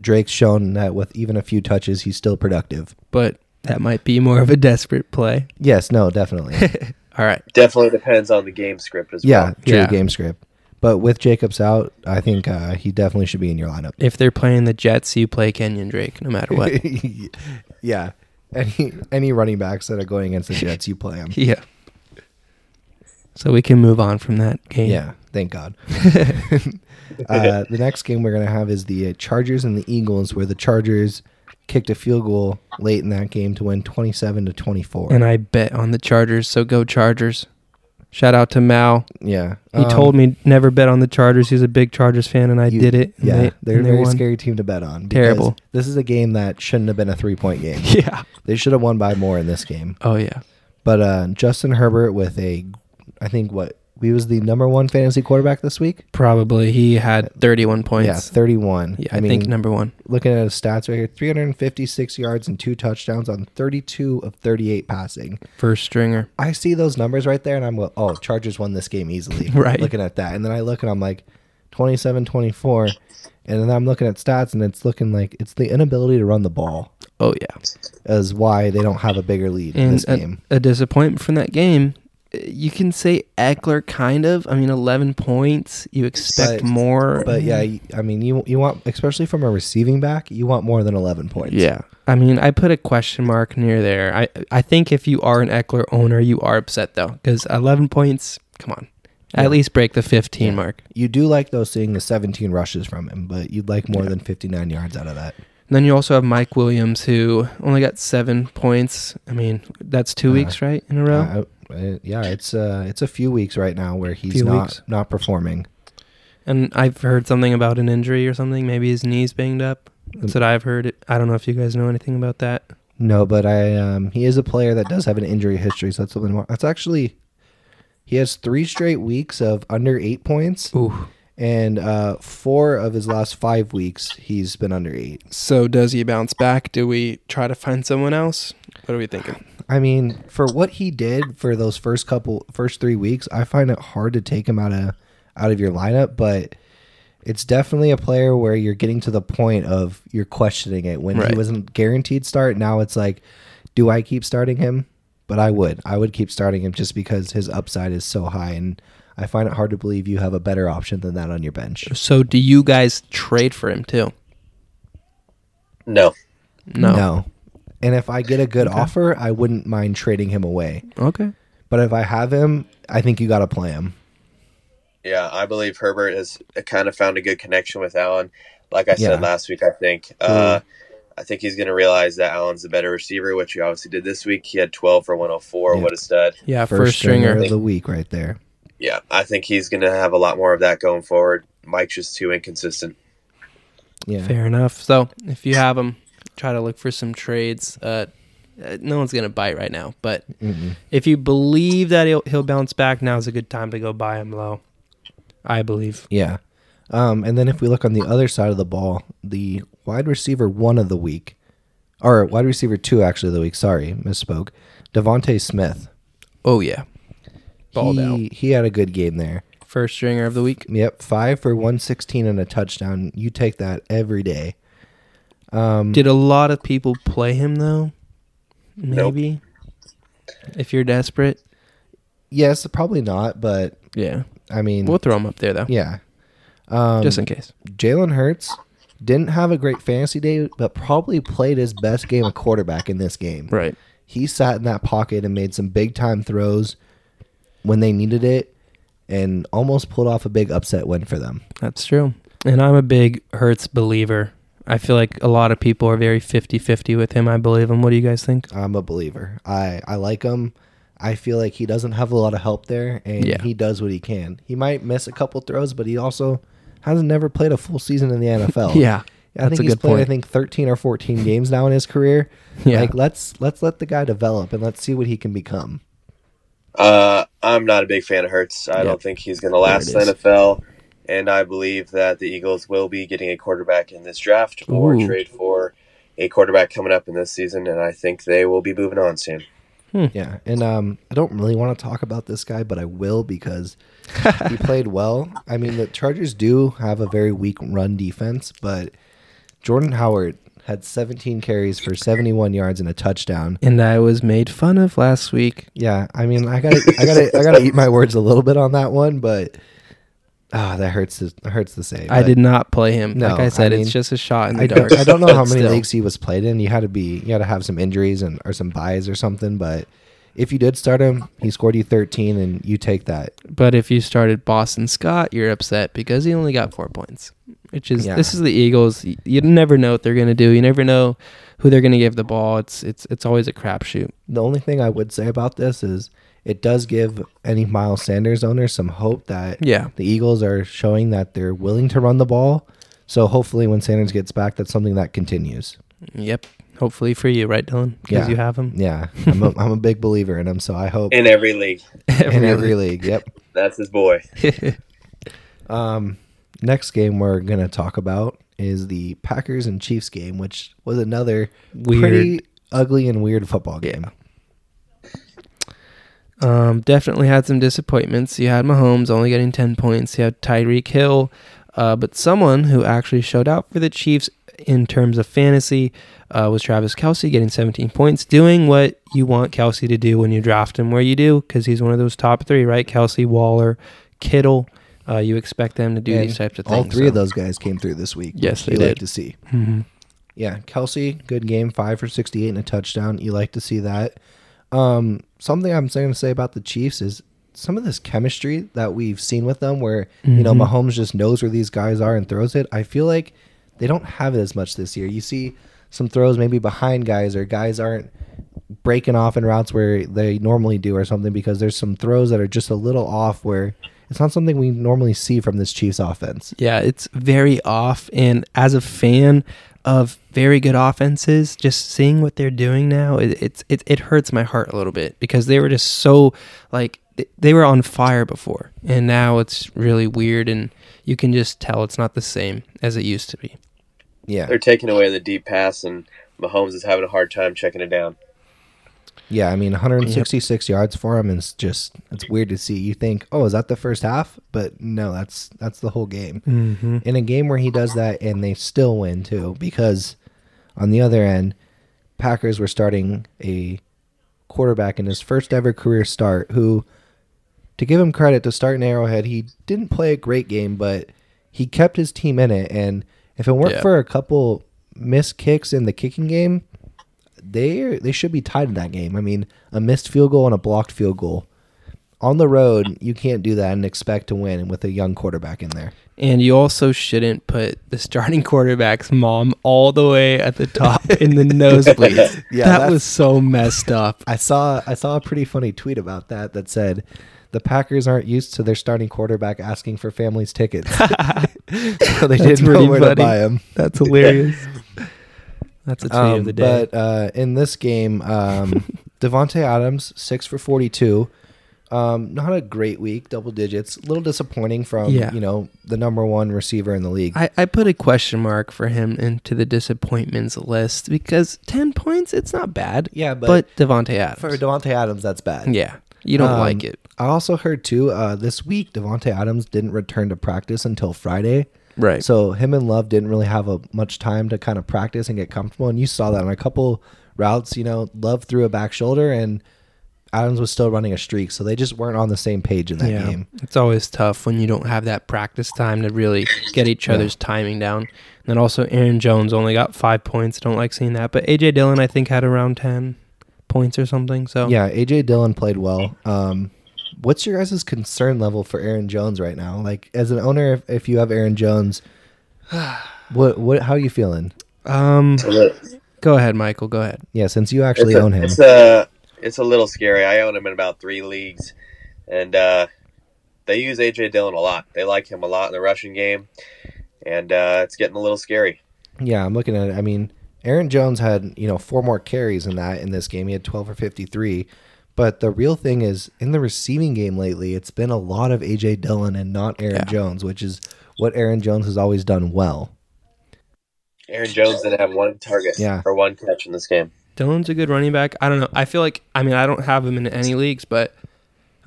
B: Drake's shown that with even a few touches, he's still productive.
A: but that might be more of a desperate play.
B: Yes, no, definitely,
A: All right.
C: Definitely depends on the game script as
B: yeah,
C: well.
B: true
A: Yeah.
B: game script. But with Jacobs out, I think uh, he definitely should be in your lineup.
A: If they're playing the Jets, you play Kenyon Drake no matter what.
B: yeah, any any running backs that are going against the Jets, you play them.
A: yeah. So we can move on from that game.
B: Yeah, thank God. uh, the next game we're going to have is the uh, Chargers and the Eagles, where the Chargers kicked a field goal late in that game to win 27 to 24.
A: And uh, I bet on the Chargers. So go Chargers. Shout out to Mao.
B: yeah.
A: He told me never bet on the Chargers. He's a big Chargers fan, and I
B: Um, you-
A: did it. and
B: Yeah,
A: they,
B: they're a
A: and they
B: very
A: won.
B: scary team to bet on. because
A: Terrible.
B: This is a game that shouldn't have been a three point game.
A: Yeah.
B: They should have won by more in this game.
A: Oh yeah.
B: But uh, Justin Herbert with a, I think what, he was the number one fantasy quarterback this week?
A: Probably he had 31 points.
B: Yeah, 31.
A: Yeah, I, think number one.
B: looking at his stats right here 356 yards and two touchdowns on 32 of 38 passing.
A: First stringer.
B: I see those numbers right there and I'm like, oh, Chargers won this game easily.
A: Right.
B: Looking at that. And then I look and I'm like 27 24. And then I'm looking at stats and it's looking like it's the inability to run the ball
A: Oh yeah.
B: is why they don't have a bigger lead in
A: And
B: this
A: a,
B: game.
A: a disappointment from that game. Uh, You can say Eckler kind of. I mean, 11 points. You expect
B: But-
A: more.
B: But yeah, you- I mean, you you want especially from a receiving back, you want more than 11 points.
A: Yeah. I mean, I put a question mark near there. I I think if you are an Eckler owner, you are upset though, because 11 points. Come on, at least break the 15 mark.
B: You do like those seeing the 17 rushes from him, but you'd like more than 59 yards out of that.
A: And then you also have Mike Williams, who only got seven points. I mean, that's two weeks right in a row.
B: Uh, I- yeah, it's uh, it's a few weeks right now where he's
A: Few
B: not
A: weeks.
B: not performing.
A: and I've heard something about an injury or something. Maybe his knees banged up. That's what I've heard. I don't know if you guys know anything about that.
B: No, but I um, he is a player that does have an injury history, so that's something. More, that's actually he has three straight weeks of under eight points,
A: Ooh.
B: and uh, four of his last five weeks he's been under eight.
A: So does he bounce back? Do we try to find someone else? What are we thinking?
B: I mean, for what he did for those first couple first three weeks, I find it hard to take him out of out of your lineup, but. It's definitely a player where you're getting to the point of you're questioning it. When
A: Right.
B: he wasn't guaranteed start, now it's like, do I keep starting him? But I would. I would keep starting him just because his upside is so high and I find it hard to believe you have a better option than that on your bench.
A: So do you guys trade for him too?
C: No.
A: No.
B: And if I get a good offer, I wouldn't mind trading him away.
A: Okay.
B: But if I have him, I think you got to play him.
C: Yeah, I believe Herbert has kind of found a good connection with Allen. Like I
B: Yeah.
C: said last week, I think. Uh,
A: Mm-hmm.
C: I think he's going to realize that Allen's the better receiver, which he obviously did this week. He had 12 for 104.
B: Yeah.
C: What a stud.
A: Yeah, first, stringer.
B: of the week right there.
C: Yeah, I think he's going to have a lot more of that going forward. Mike's just too inconsistent.
B: Yeah.
A: Fair enough. So if you have them, try to look for some trades. Uh, uh, no one's gonna bite right now, but
B: Mm-mm.
A: if you believe that he'll, he'll bounce back, now's a good time to go buy him low. I believe.
B: Yeah. Um, and then if we look on the other side of the ball, the wide receiver one of the week, or wide receiver two actually of the week, sorry, misspoke, Devonte Smith.
A: Oh yeah, balled
B: he, he had a good game there.
A: out. First stringer of the week.
B: Yep, five for 116 and a touchdown. You take that every day.
A: Did a lot of people play him though? Maybe. If you're desperate.
B: Yes, probably not, but
A: Yeah.
B: I mean,
A: We'll throw him up there though,
B: yeah. Um,
A: just in case.
B: Jalen Hurts didn't have a great fantasy day, but probably played his best game of quarterback in this game.
A: Right.
B: he sat in that pocket and made some big time throws when they needed it and almost pulled off a big upset win for them.
A: That's true. And I'm a big Hertz believer. I feel like a lot of people are very 50-50 with him. I believe him. What do you guys think?
B: I'm a believer. I, I like him. I feel like he doesn't have a lot of help there, and
A: Yeah.
B: he does what he can. He might miss a couple throws, but he also has never played a full season in the NFL. I
A: that's
B: think
A: a
B: he's
A: good
B: played. I
A: point.
B: think 13 or 14 games now in his career.
A: Yeah.
B: Like let's let's let the guy develop and let's see what he can become.
C: Uh, I'm not a big fan of Hertz. I
A: Yeah.
C: don't think he's going to last
A: it
C: in
A: is.
C: the NFL. And I believe that the Eagles will be getting a quarterback in this draft or
A: Ooh.
C: trade for a quarterback coming up in this season. And I think they will be moving on soon.
B: Yeah, and um, I don't really want to talk about this guy, but I will because he played well. I mean, the Chargers do have a very weak run defense, but Jordan Howard had 17 carries for 71 yards and a touchdown.
A: and I was made fun of last week.
B: Yeah, I mean, I got to I got to I got to eat my words a little bit on that one, but ah, that hurts to that hurts to say.
A: I
B: but
A: did not play him.
B: No,
A: like I said,
B: I mean,
A: it's just a shot in the
B: I
A: dark.
B: don't, I don't know
A: But
B: how many
A: still.
B: leagues he was played in. You had to be, you had to have some injuries and or some buys or something. But if you did start him, he scored you 13, and you take that.
A: But if you started Boston Scott, you're upset because he only got four points. Which is
B: Yeah.
A: this is the Eagles. Y- You never know what they're gonna do. You never know who they're gonna give the ball. It's it's it's always a crapshoot.
B: The only thing I would say about this is it does give any Miles Sanders owner some hope that
A: Yeah.
B: the Eagles are showing that they're willing to run the ball. So hopefully, when Sanders gets back, that's something that continues.
A: Yep. Hopefully for you, right, Dylan? Because
B: Yeah.
A: you have him.
B: Yeah, I'm a, I'm a big believer in him, so I hope
C: In every league.
B: in every league. Yep.
C: That's his boy.
B: Um, next game we're gonna talk about is the Packers and Chiefs game, which was another pretty
A: Weird.
B: ugly and weird football game.
A: Um, definitely had some disappointments. You had Mahomes only getting 10 points. You had Tyreek Hill. Uh, but someone who actually showed out for the Chiefs in terms of fantasy uh, was Travis Kelsey getting 17 points, doing what you want Kelsey to do when you draft him where you do, because he's one of those top three, right? Kelsey, Waller, Kittle. Uh, you expect them to do
B: And
A: these types of things.
B: All three of
A: so-
B: those guys came through this week.
A: Yes,
B: which
A: they
B: you like
A: did.
B: to see.
A: Mhm.
B: Yeah, Kelsey, good game, five for sixty-eight and a touchdown. You like to see that. Um, something I'm going to say about the Chiefs is some of this chemistry that we've seen with them, where you know
A: Mm-hmm.
B: Mahomes just knows where these guys are and throws it. I feel like they don't have it as much this year. You see some throws maybe behind guys or guys aren't breaking off in routes where they normally do or something because there's some throws that are just a little off where it's not something we normally see from this Chiefs offense.
A: Yeah, it's very off. And as a fan of very good offenses, just seeing what they're doing now, it, it's it, it hurts my heart a little bit because they were just so like th- they were on fire before, and now it's really weird, and you can just tell it's not the same as it used to be.
B: Yeah.
C: They're taking away the deep pass, and Mahomes is having a hard time checking it down.
B: Yeah, I mean, 166 yards for him is just it's weird to see. You think, oh, is that the first half? But no, that's that's the whole game. Mm-hmm. In a game where he does that and they still win too, because on the other end, Packers were starting a quarterback in his first ever career start. Who, to give him credit, to start in Arrowhead, he didn't play a great game, but he kept his team in it. And if it weren't
A: Yeah.
B: for a couple missed kicks in the kicking game, they they should be tied in that game. I mean, a missed field goal and a blocked field goal on the road, you can't do that and expect to win with a young quarterback in there.
A: And you also shouldn't put the starting quarterback's mom all the way at the top in the nosebleeds.
B: Yeah,
A: that
B: that's-
A: was so messed up.
B: I saw I saw a pretty funny tweet about that that said the Packers aren't used to their starting quarterback asking for families tickets, so they
A: That's
B: didn't know
A: pretty
B: where to
A: funny.
B: buy them.
A: That's hilarious. That's a tweet
B: Um,
A: of the day.
B: But uh, in this game, um, Devonte Adams six for forty two. Um, not a great week, double digits. A little disappointing from
A: Yeah.
B: you know the number one receiver in the league.
A: I, I put a question mark for him into the disappointments list because 10 points, it's not bad.
B: Yeah, but-
A: but Devontae Adams.
B: for Devonte Adams, that's bad.
A: yeah, you don't
B: Um,
A: like it.
B: I also heard too uh, this week Devonte Adams didn't return to practice until Friday.
A: Right.
B: So him and Love didn't really have a much time to kind of practice and get comfortable. And you saw that on a couple routes. You know, Love threw a back shoulder and Adams was still running a streak. So they just weren't on the same page in that
A: yeah.
B: game.
A: It's always tough when you don't have that practice time to really get each other's timing down. And then also, Aaron Jones only got five points. Don't like seeing that. But A.J. Dillon, I think, had around 10 points or something. So,
B: Yeah, AJ Dillon played well. Um, what's your guys' concern level for Aaron Jones right now? Like as an owner, if, if you have Aaron Jones, What? What? How you feeling?
A: Um,
C: It's a little,
A: go ahead, Michael. Go ahead.
B: Yeah, since you actually
C: it's a,
B: own him.
C: It's a, it's a little scary. I own him in about three leagues, and uh, they use AJ Dillon a lot. They like him a lot in the rushing game, and uh, it's getting a little scary.
B: Yeah, I'm looking at it. I mean, Aaron Jones had, you know, four more carries in that in this game. He had 12 for 53. But the real thing is in the receiving game lately, it's been a lot of AJ Dillon and not Aaron
A: Yeah.
B: Jones, which is what Aaron Jones has always done well.
C: Aaron Jones didn't have one target
B: Yeah.
C: or one catch in this game.
A: Dylan's a good running back. I don't know. I feel like I mean I don't have him in any leagues, but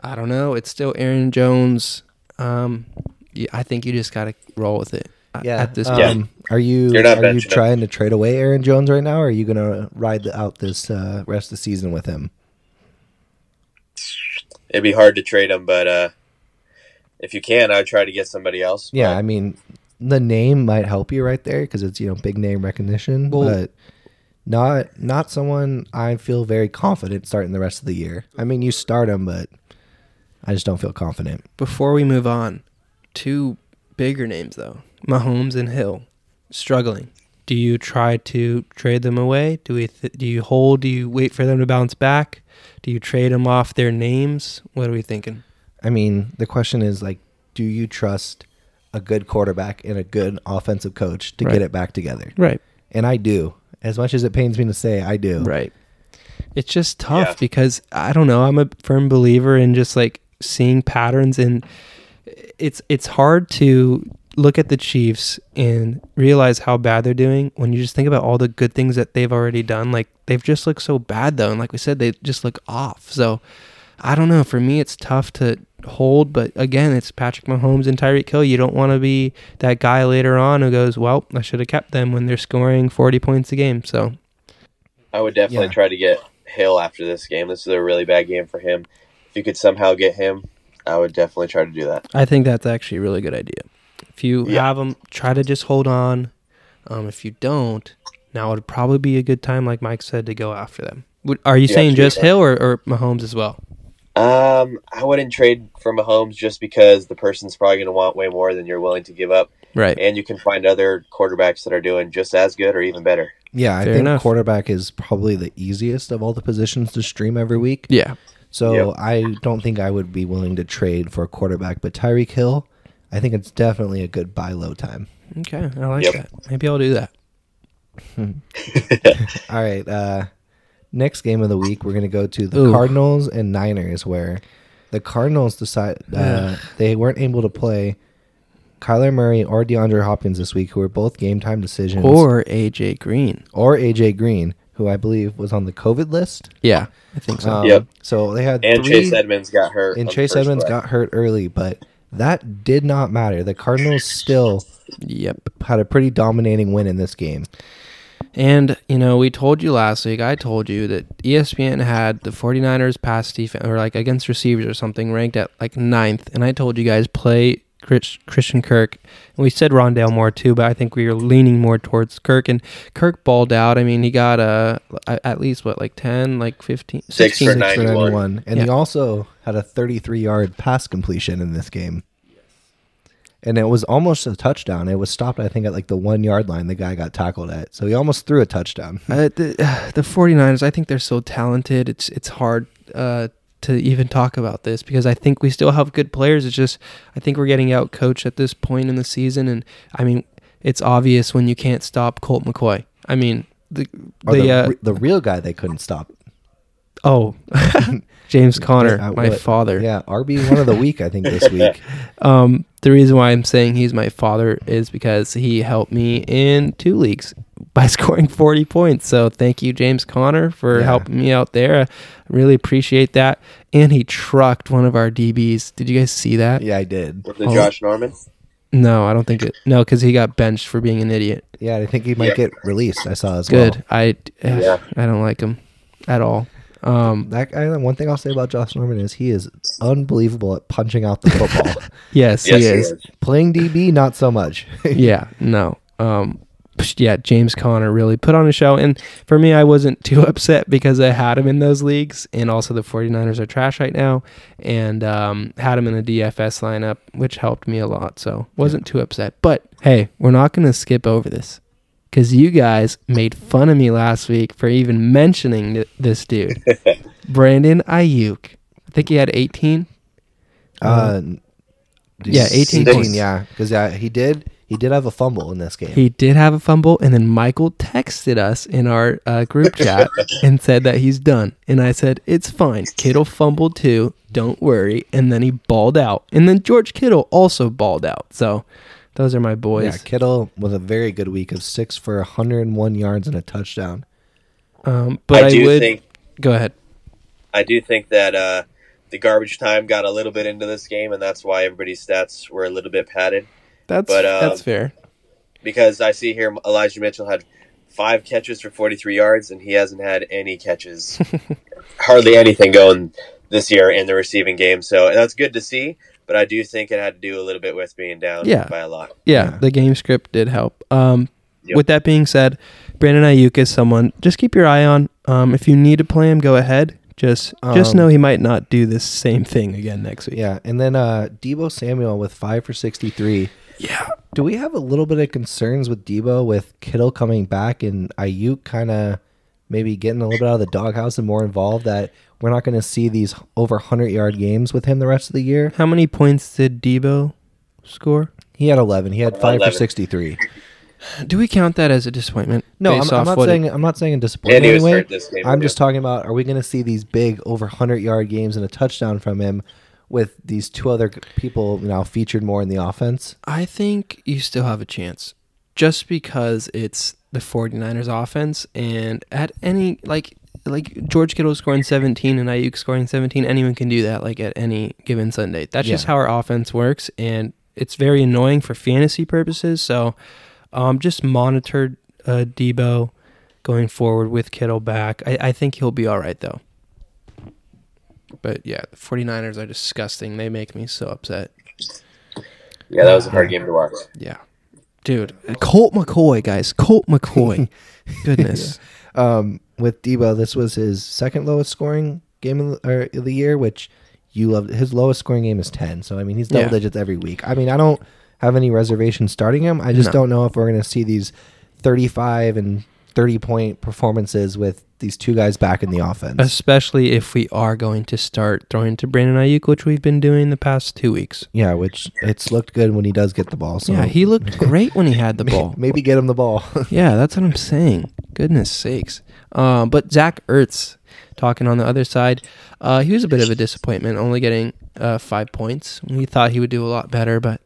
A: I don't know. It's still Aaron Jones. Um, yeah, I think you just gotta roll with it. a- At this
B: um,
A: point,
B: are you
C: You're not
B: are you
C: benching him.
B: trying to trade away Aaron Jones right now or are you going to ride the, out this uh, rest of the season with him?
C: It'd be hard to trade him, but uh, if you can, I'd try to get somebody else.
B: Yeah, I mean, the name might help you right there because it's you know big name recognition,
A: Well-
B: but not not someone I feel very confident starting the rest of the year. I mean, you start him, but I just don't feel confident.
A: before we move on, two bigger names though, Mahomes and Hill, struggling. Do you try to trade them away? Do we? Th- do you hold? Do you wait for them to bounce back? Do you trade them off their names? What are we thinking?
B: I mean, the question is like, do you trust a good quarterback and a good offensive coach to
A: Right.
B: get it back together?
A: Right.
B: And I do. As much as it pains me to say, I do.
A: Right. It's just tough
C: Yeah.
A: because I don't know. I'm a firm believer in just like seeing patterns, and it's it's hard to look at the Chiefs and realize how bad they're doing when you just think about all the good things that they've already done. Like they've just looked so bad though, and like we said, they just look off. So I don't know. For me, it's tough to hold, but again, it's Patrick Mahomes and Tyreek Hill. You don't want to be that guy later on who goes, "Well, I should have kept them when they're scoring 40 points a game." So
C: I would definitely
B: Yeah.
C: try to get Hill after this game. This is a really bad game for him. If you could somehow get him, I would definitely try to do that.
A: I think that's actually a really good idea. If you
C: Yeah.
A: have 'em, have them, try to just hold on. Um, if you don't, now would probably be a good time, like Mike said, to go after them. Would, are you
C: Yeah,
A: saying
C: true,
A: just
C: yeah.
A: Hill or, or Mahomes as well?
C: Um, I wouldn't trade for Mahomes just because the person's probably going to want way more than you're willing to give up,
A: Right.
C: and you can find other quarterbacks that are doing just as good or even better.
B: Yeah, I
A: Fair
B: think
A: enough.
B: quarterback is probably the easiest of all the positions to stream every week.
A: Yeah.
B: So
C: Yep.
B: I don't think I would be willing to trade for a quarterback, but Tyreek Hill, I think it's definitely a good buy low time.
A: Okay. I like
C: Yep.
A: that. Maybe I'll do that.
B: All right, uh, next game of the week we're gonna go to the
A: Ooh.
B: Cardinals and Niners, where the Cardinals decide uh,
A: Ugh.
B: they weren't able to play Kyler Murray or DeAndre Hopkins this week, who were both game time decisions,
A: Or AJ Green.
B: or AJ Green, who I believe was on the COVID list.
A: Yeah. I think so.
B: Um,
C: Yep.
B: So they had
C: And
B: three,
C: Chase Edmonds got hurt. on
B: and
C: the
B: Chase
C: first
B: Edmonds
C: play.
B: got hurt early, but that did not matter. The Cardinals still
A: yep.
B: had a pretty dominating win in this game.
A: And, you know, we told you last week, I told you that E ESPN had the 49ers pass defense or like against receivers or something ranked at like ninth. And I told you guys play Chris, Christian Kirk. And we said Rondale Moore too, but I think we were leaning more towards Kirk. And Kirk balled out. I mean, he got uh, a- at least what, like 10, like 15,
C: Six for
A: 16?
B: Six for
C: 91.
B: 91. And he
A: Yeah.
B: also had a 33 yard pass completion in this game. And it was almost a touchdown. It was stopped, I think, at like the one yard line the guy got tackled at. So he almost threw a touchdown.
A: Uh, the, the 49ers, I think they're so talented. It's it's hard uh, to even talk about this because I think we still have good players. It's just I think we're getting out coached at this point in the season, and I mean it's obvious when you can't stop Colt McCoy. I mean the
B: Or
A: the,
B: the,
A: uh,
B: re- the real guy they couldn't stop.
A: oh James Conner,
B: Uh,
A: my
B: what-
A: father.
B: Yeah, RB one of the week, I think, this week.
A: Um, the reason why I'm saying he's my father is because he helped me in two leagues by scoring 40 points. So thank you, James Connor, for
B: Yeah.
A: helping me out there. I really appreciate that. And he trucked one of our DBs. Did you guys see that?
B: Yeah, I did.
C: Was it Josh Norman?
A: No, I don't think it. No, because he got benched for being an idiot.
B: Yeah, I think he might
C: Yeah.
B: get released. I saw as well.
A: Good. I
C: Yeah.
A: I don't like him at all. Um,
B: That guy, the one thing I'll say about Josh Norman is he is unbelievable at punching out the football.
A: yes,
C: Yes,
A: he
C: he
A: is.
C: was.
B: Playing DB, not so much.
A: yeah, no. Um, yeah, James Conner really put on a show. And for me, I wasn't too upset because I had him in those leagues. And also, the 49ers are trash right now. And um, had him in the DFS lineup, which helped me a lot. So, wasn't too upset. But hey, we're not going to skip over this because you guys made fun of me last week for even mentioning th- this dude, Brandon Ayuk. I think he had 18.
B: Uh,
A: Yeah, 18
C: points.
B: Yeah, because yeah, he did. He did have a fumble in this game.
A: He did have a fumble, and then Michael texted us in our uh, group chat and said that he's done. And I said, It's fine. Kittle fumbled too. Don't worry. And then he balled out. And then George Kittle also balled out. So those are my
B: yeah,
A: boys.
B: Kittle with a very good week of six for 101 yards and a touchdown.
A: Um, but I,
C: I do
A: would
C: think
A: go ahead.
C: I do think that uh, the garbage time got a little bit into this game, and that's why everybody's stats were a little bit padded.
A: That's
C: But, um,
A: that's fair.
C: Because I see here Elijah Mitchell had five catches for 43 yards, and he hasn't had any catches, hardly anything going this year in the receiving game. So and that's good to see, but I do think it had to do a little bit with being down
A: Yeah.
C: by a lot.
A: yeah,
B: Yeah.
A: the game script did help. Um,
C: Yep.
A: With that being said, Brandon Ayuk is someone just keep your eye on. Um, if you need to play him, go ahead. Just just
B: Um,
A: know he might not do this same thing again next week.
B: Yeah, and then uh, Debo Samuel with five for 63.
A: Yeah.
B: Do we have a little bit of concerns with Debo with Kittle coming back and Ayuk kind of maybe getting a little bit out of the doghouse and more involved? That we're not going to see these over 100 yard games with him the rest of the year.
A: How many points did Debo score?
B: He had 11. He had five for
C: 11.
B: 63.
A: Do we count that as a disappointment?
B: No,
A: based
B: I'm, I'm
A: off
B: not
A: what it-
B: saying I'm not saying a disappointment.
C: And he was
B: anyway.
C: hurt this game.
B: I'm
C: too.
B: just talking about are we going to see these big over 100 yard games and a touchdown from him with these two other g- people you know featured more in the offense?
A: I think you still have a chance just because it's the 49ers offense and at any like like George Kittle scoring 17 and Ayuk scoring 17 anyone can do that like at any given Sunday. That's just
B: Yeah.
A: how our offense works and it's very annoying for fantasy purposes. So um just monitor uh, Debo going forward with Kittle back. I, I think he'll be all right though. But yeah, the 49ers are disgusting. They make me so upset.
C: yeah, that was a hard game to watch.
A: Yeah. Dude, Colt McCoy, guys. Colt McCoy. Goodness.
B: Um, with Debo, this was his second lowest scoring game of the, or of the year, which you loved. His lowest scoring game is 10. So I mean, he's double
A: Yeah.
B: digits every week. I mean, I don't have any reservations starting him. I just
A: No.
B: don't know if we're going to see these 35 and 30 point performances with these two guys back in the offense.
A: Especially if we are going to start throwing to Brandon Ayuk, which we've been doing the past two weeks.
B: yeah, which it's looked good when he does get the ball. So
A: yeah, he looked great when he had the ball.
B: Maybe get him the ball.
A: Yeah, that's what I'm saying. Goodness sakes. Um, but Zach Ertz, talking on the other side, uh, he was a bit of a disappointment, only getting uh, five points. We thought he would do a lot better, but.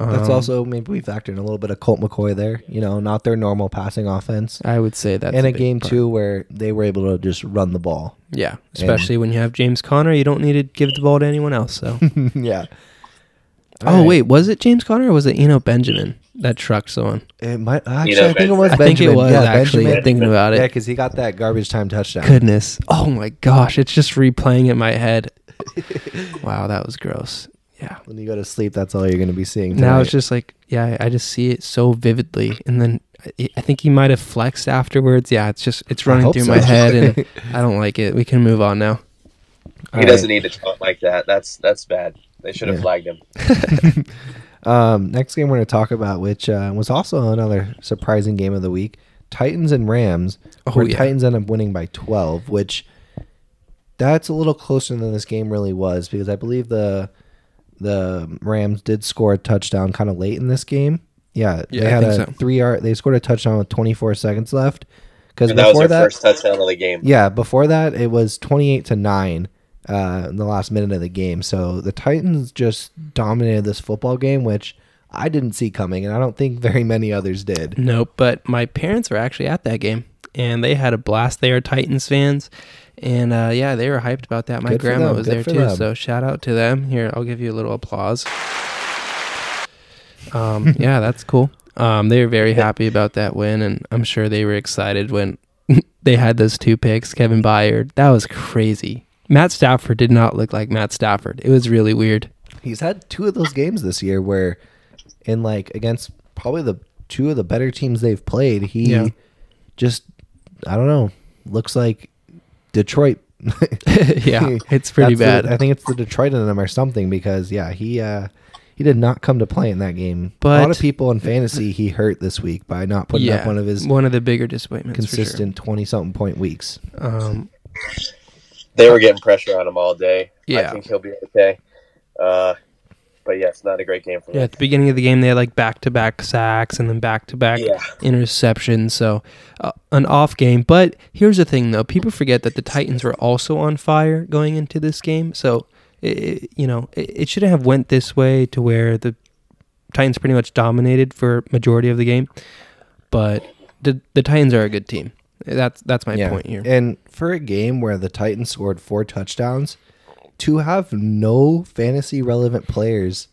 A: Um,
B: That's also maybe we factor in a little bit of Colt McCoy there. You know, not their normal passing offense.
A: I would say that's
B: and a
A: big
B: game
A: part.
B: two where they were able to just run the ball.
A: Yeah, especially when you have James Conner, you don't need to give the ball to anyone else. So
B: yeah.
A: oh wait, was it James Conner or was it Eno Benjamin that trucked someone?
B: it might actually.
C: know,
B: I think it
C: Benjamin.
B: was.
A: I think it
B: Benjamin.
A: was
B: yeah,
A: actually
B: Benjamin.
A: thinking about
B: Yeah,
A: it.
B: because he got that garbage time touchdown.
A: Goodness, oh my gosh, it's just replaying in my head. wow, that was gross. Yeah.
B: When you go to sleep, that's all you're going to be seeing.
A: Now it's
B: tonight.
A: just like yeah, I I just see it so vividly, and then I- I think he might have flexed afterwards. Yeah, it's just it's
B: I
A: running
B: hope
A: through
B: so.
A: my head, and I don't like it. We can move on now.
B: All
C: he
B: right.
C: doesn't need to talk like that. That's that's bad. They should have
B: Yeah.
C: flagged him.
B: Um, next game we're going to talk about, which uh, was also another surprising game of the week, Titans and Rams,
A: Oh,
B: where
A: yeah.
B: Titans end up winning by 12, which that's a little closer than this game really was because I believe the the Rams did score a touchdown kind of late in this game. Yeah,
A: Yeah,
B: they
A: I
B: had
A: think
B: a
A: so.
B: three yard. They scored a touchdown with 24 seconds left because
C: And that was
B: before
C: their
B: that,
C: first touchdown of the game.
B: yeah, before that it was 28 to 9 uh, in the last minute of the game. So the Titans just dominated this football game, which I didn't see coming, and I don't think very many others did.
A: Nope, but my parents were actually at that game and they had a blast. They are Titans fans. And uh, yeah, they were hyped about that. My
B: Good for
A: grandma
B: them,
A: was
B: good
A: there
B: for
A: too.
B: them.
A: So shout out to them. Here, I'll give you a little applause. Um, yeah, that's cool. Um, they were very happy about that win. And I'm sure they were excited when they had those two picks Kevin Byard. That was crazy. Matt Stafford did not look like Matt Stafford. It was really weird.
B: He's had two of those games this year where, in like against probably the two of the better teams they've played. He
A: Yeah.
B: just, I don't know, looks like Detroit.
A: yeah, it's pretty
B: That's
A: bad.
B: the- I think it's the Detroit in him or something because yeah, he uh, he did not come to play in that game. a lot
A: But-
B: of people in fantasy he hurt this week by not putting
A: yeah,
B: up one of his
A: one of the bigger disappointments.
B: consistent twenty something point weeks.
A: For sure. Um,
C: They were getting pressure on him all day. I
A: Yeah.
C: think he'll be okay. Uh, but yeah, it's not a great game for
A: yeah,
C: him.
A: at the beginning of the game they had like back to back sacks and then back to back
C: Yeah.
A: interceptions. So uh, an off game. But here's the thing though: people forget that the Titans were also on fire going into this game. So it, it, you know it, it shouldn't have went this way to where the Titans pretty much dominated for majority of the game. But the the Titans are a good team. That's that's my
B: yeah,
A: point here.
B: and for a game where the Titans scored four touchdowns, to have no fantasy relevant players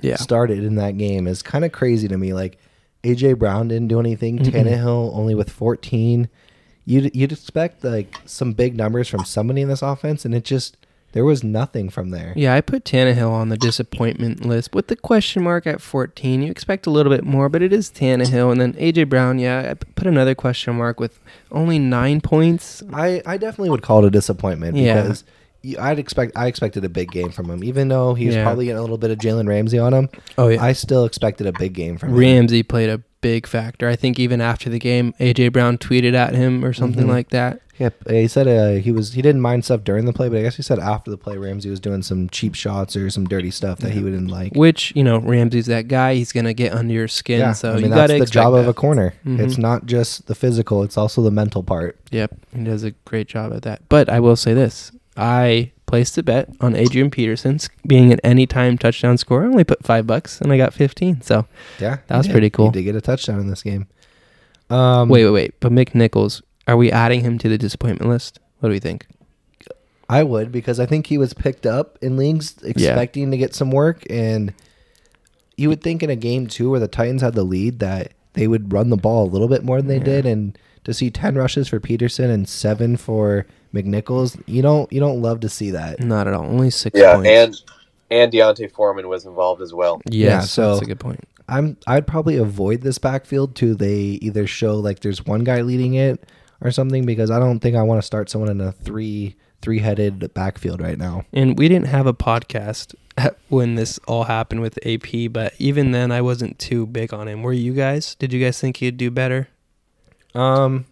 A: Yeah.
B: started in that game is kind of crazy to me. Like AJ Brown didn't do anything. Tannehill only with 14. You'd you'd expect like some big numbers from somebody in this offense, and it just there was nothing from there.
A: Yeah, I put Tannehill on the disappointment list with the question mark at 14. You expect a little bit more, but it is Tannehill. And then AJ Brown, yeah, I p- put another question mark with only nine points.
B: I, I definitely would call it a disappointment
A: Yeah.
B: because you- I'd expect I expected a big game from him, even though he was
A: Yeah.
B: probably getting a little bit of Jalen Ramsey on him.
A: Oh, yeah.
B: I still expected a big game from him.
A: Ramsey played a big factor. I think even after the game, AJ Brown tweeted at him or something
B: Mm-hmm.
A: like that.
B: Yep, he said uh, he was he didn't mind stuff during the play, but I guess he said after the play Ramsey was doing some cheap shots or some dirty stuff that he wouldn't like.
A: Which, you know, Ramsey's that guy. He's going to get under your skin. so you got
B: that's
A: to
B: the
A: expect
B: job of
A: that. Mm-hmm.
B: a corner. It's not just the physical; it's also the mental part.
A: Yep, he does a great job at that. But I will say this: I placed a bet on Adrian Peterson's being an anytime touchdown scorer. I only put five bucks, and I got fifteen. So
B: Yeah,
A: That was
B: he did.
A: pretty cool.
B: He did get a touchdown in this game. Um,
A: wait, wait, wait. But Mick Nichols, are we adding him to the disappointment list? What do we think?
B: I would because I think he was picked up in leagues expecting to get some work, and you would think in a game too where the Titans had the lead that they would run the ball a little bit more than they did, and to see ten rushes for Peterson and seven for McNichols, you don't you don't love to see that.
A: Not at all. Only six
C: Yeah,
A: points.
C: and and Deontay Foreman was involved as well.
A: yes,
B: Yeah, so-
A: that's a good point.
B: I'm I'd probably avoid this backfield till they either show like there's one guy leading it or something because I don't think I want to start someone in a three three headed backfield right now.
A: And we didn't have a podcast when this all happened with AP, but even then, I wasn't too big on him. Were you guys? Did you guys think he'd do better?
B: Um,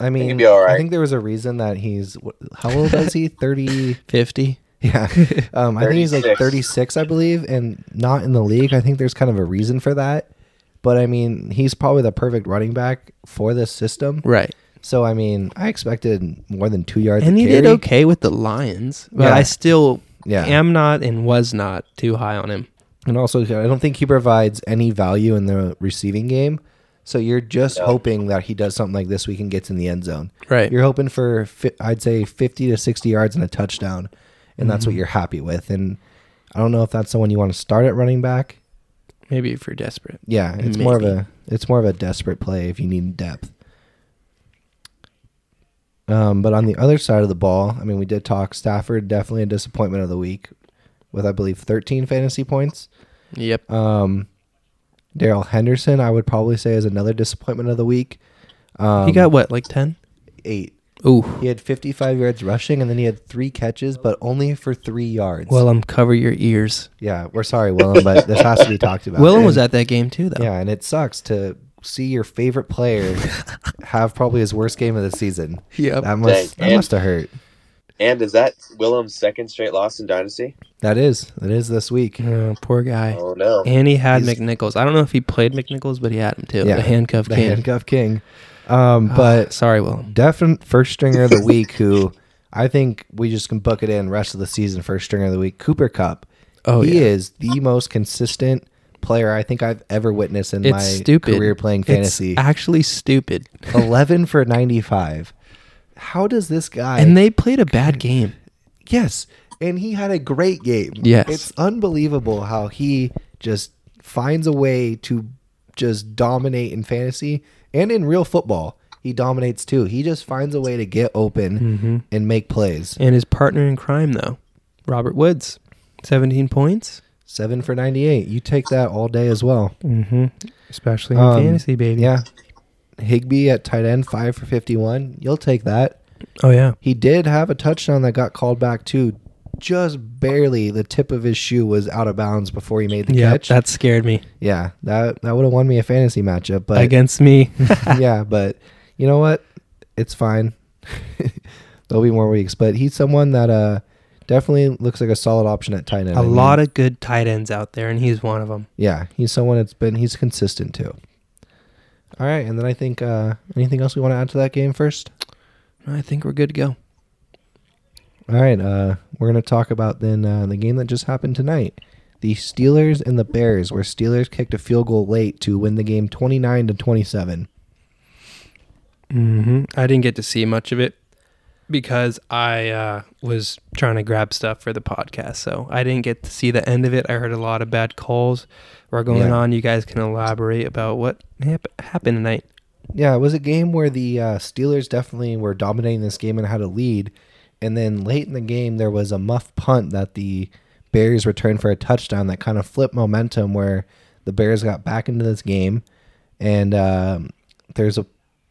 B: I mean,
C: be all right.
B: I think there was a reason that he's wh- how old is he? Thirty?
A: Fifty.
B: Yeah, um, I think he's like
C: 36.
B: thirty six, I believe, and not in the league. I think there's kind of a reason for that. But I mean, he's probably the perfect running back for this system.
A: Right.
B: So I mean, I expected more than two yards.
A: and
B: a
A: he did
B: carry.
A: okay with the Lions, but
B: Yeah.
A: I still
B: Yeah.
A: am not and was not too high on him.
B: And also, I don't think he provides any value in the receiving game. So you're just hoping that he does something like this week and gets in the end zone.
A: Right.
B: You're hoping for, fi- I'd say, 50 to 60 yards and a touchdown. And that's what you're happy with. And I don't know if that's someone you want to start at running back.
A: Maybe if you're desperate.
B: Yeah, it's more of a it's more of a desperate play if you need depth. Um, but on the other side of the ball, I mean, we did talk Stafford definitely a disappointment of the week, with I believe 13 fantasy points.
A: Yep.
B: Um, Daryl Henderson, I would probably say, is another disappointment of the week. Um,
A: he got what, like ten?
B: eight.
A: Ooh.
B: He had 55 yards rushing, and then he had three catches, but only for three yards.
A: Willem, um, cover your ears.
B: yeah, we're sorry, Willem, but this has to be talked about.
A: Willem
B: Uh, And-
A: was at that game too, though.
B: Yeah, and it sucks to see your favorite player have probably his worst game of the season.
A: Yep.
B: That must
C: Dang,
B: that
C: and-
B: must have hurt.
C: And is that Willem's second straight loss in Dynasty?
B: That is that is this week.
A: Oh, poor guy.
C: Oh no.
A: And he had
B: He's-
A: McNichols. I don't know if he played McNichols, but he had him too.
B: Yeah.
A: The handcuff
B: The
A: king.
B: handcuff king. Um,
A: Ah,
B: but
A: sorry, Willem.
B: definite first stringer of the week who I think we just can book it in rest of the season first stringer of the week Cooper Cup.
A: Oh,
B: he
A: yeah.
B: is the most consistent player I think I've ever witnessed in
A: It's
B: my
A: stupid.
B: career playing fantasy.
A: It's actually stupid.
B: 11 for 95. How does this guy
A: And they played a bad game.
B: Yes, and he had a great game.
A: Yes.
B: It's unbelievable how he just finds a way to just dominate in fantasy and in real football. He dominates too. He just finds a way to get open and make plays.
A: And his partner in crime, though, Robert Woods, 17 points.
B: Seven for 98. You take that all day as well.
A: Mm-hmm. Especially in
B: Um,
A: fantasy, baby.
B: Yeah. Higby at tight end, five for 51. You'll take that.
A: Oh yeah.
B: He did have a touchdown that got called back too. Just barely the tip of his shoe was out of bounds before he made the
A: Yeah.
B: catch.
A: That scared me
B: yeah, that that would have won me a fantasy matchup, but
A: against me.
B: yeah, but you know what? It's fine. There'll be more weeks, but he's someone that uh definitely looks like a solid option at tight end.
A: a lot of good tight ends out there, and he's one of them.
B: yeah, he's someone that's been he's consistent too. All right, and then I think uh anything else we want to add to that game first?
A: I think we're good to go.
B: All right, uh, we're gonna talk about then uh, the game that just happened tonight, the Steelers and the Bears, where Steelers kicked a field goal late to win the game twenty nine to twenty seven.
A: Mm-hmm. I didn't get to see much of it because I uh, was trying to grab stuff for the podcast, so I didn't get to see the end of it. I heard a lot of bad calls were going
B: Yeah.
A: on. You guys can elaborate about what hap- happened tonight.
B: Yeah, it was a game where the uh, Steelers definitely were dominating this game and had a lead, and then late in the game there was a muff punt that the Bears returned for a touchdown that kind of flipped momentum where the Bears got back into this game, and um, there's a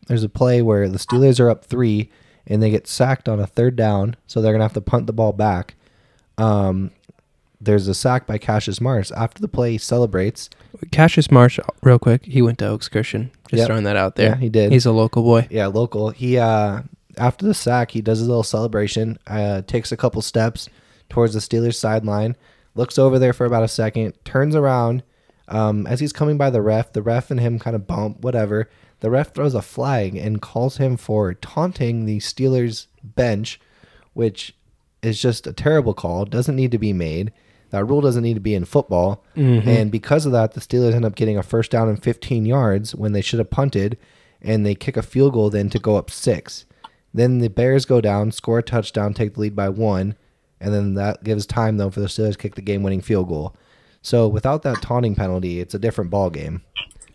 B: there's a play where the Steelers are up three and they get sacked on a third down, so they're gonna have to punt the ball back. Um, there's a sack by Cassius Mars after the play. He celebrates.
A: Cassius Marsh, real quick, he went to Oaks Christian. Just
B: Yep.
A: throwing that out there.
B: Yeah, he did.
A: He's a local boy.
B: Yeah, local. He uh after the sack, he does his little celebration, uh takes a couple steps towards the Steelers sideline, looks over there for about a second, turns around. Um as he's coming by the ref, the ref and him kind of bump, whatever. The ref throws a flag and calls him for taunting the Steelers bench, which is just a terrible call. Doesn't need to be made. That rule doesn't need to be in football. And because of that, the Steelers end up getting a first down and 15 yards when they should have punted, and they kick a field goal then to go up six. Then the Bears go down, score a touchdown, take the lead by one, and then that gives time though for the Steelers to kick the game-winning field goal. So without that taunting penalty, it's a different ball game.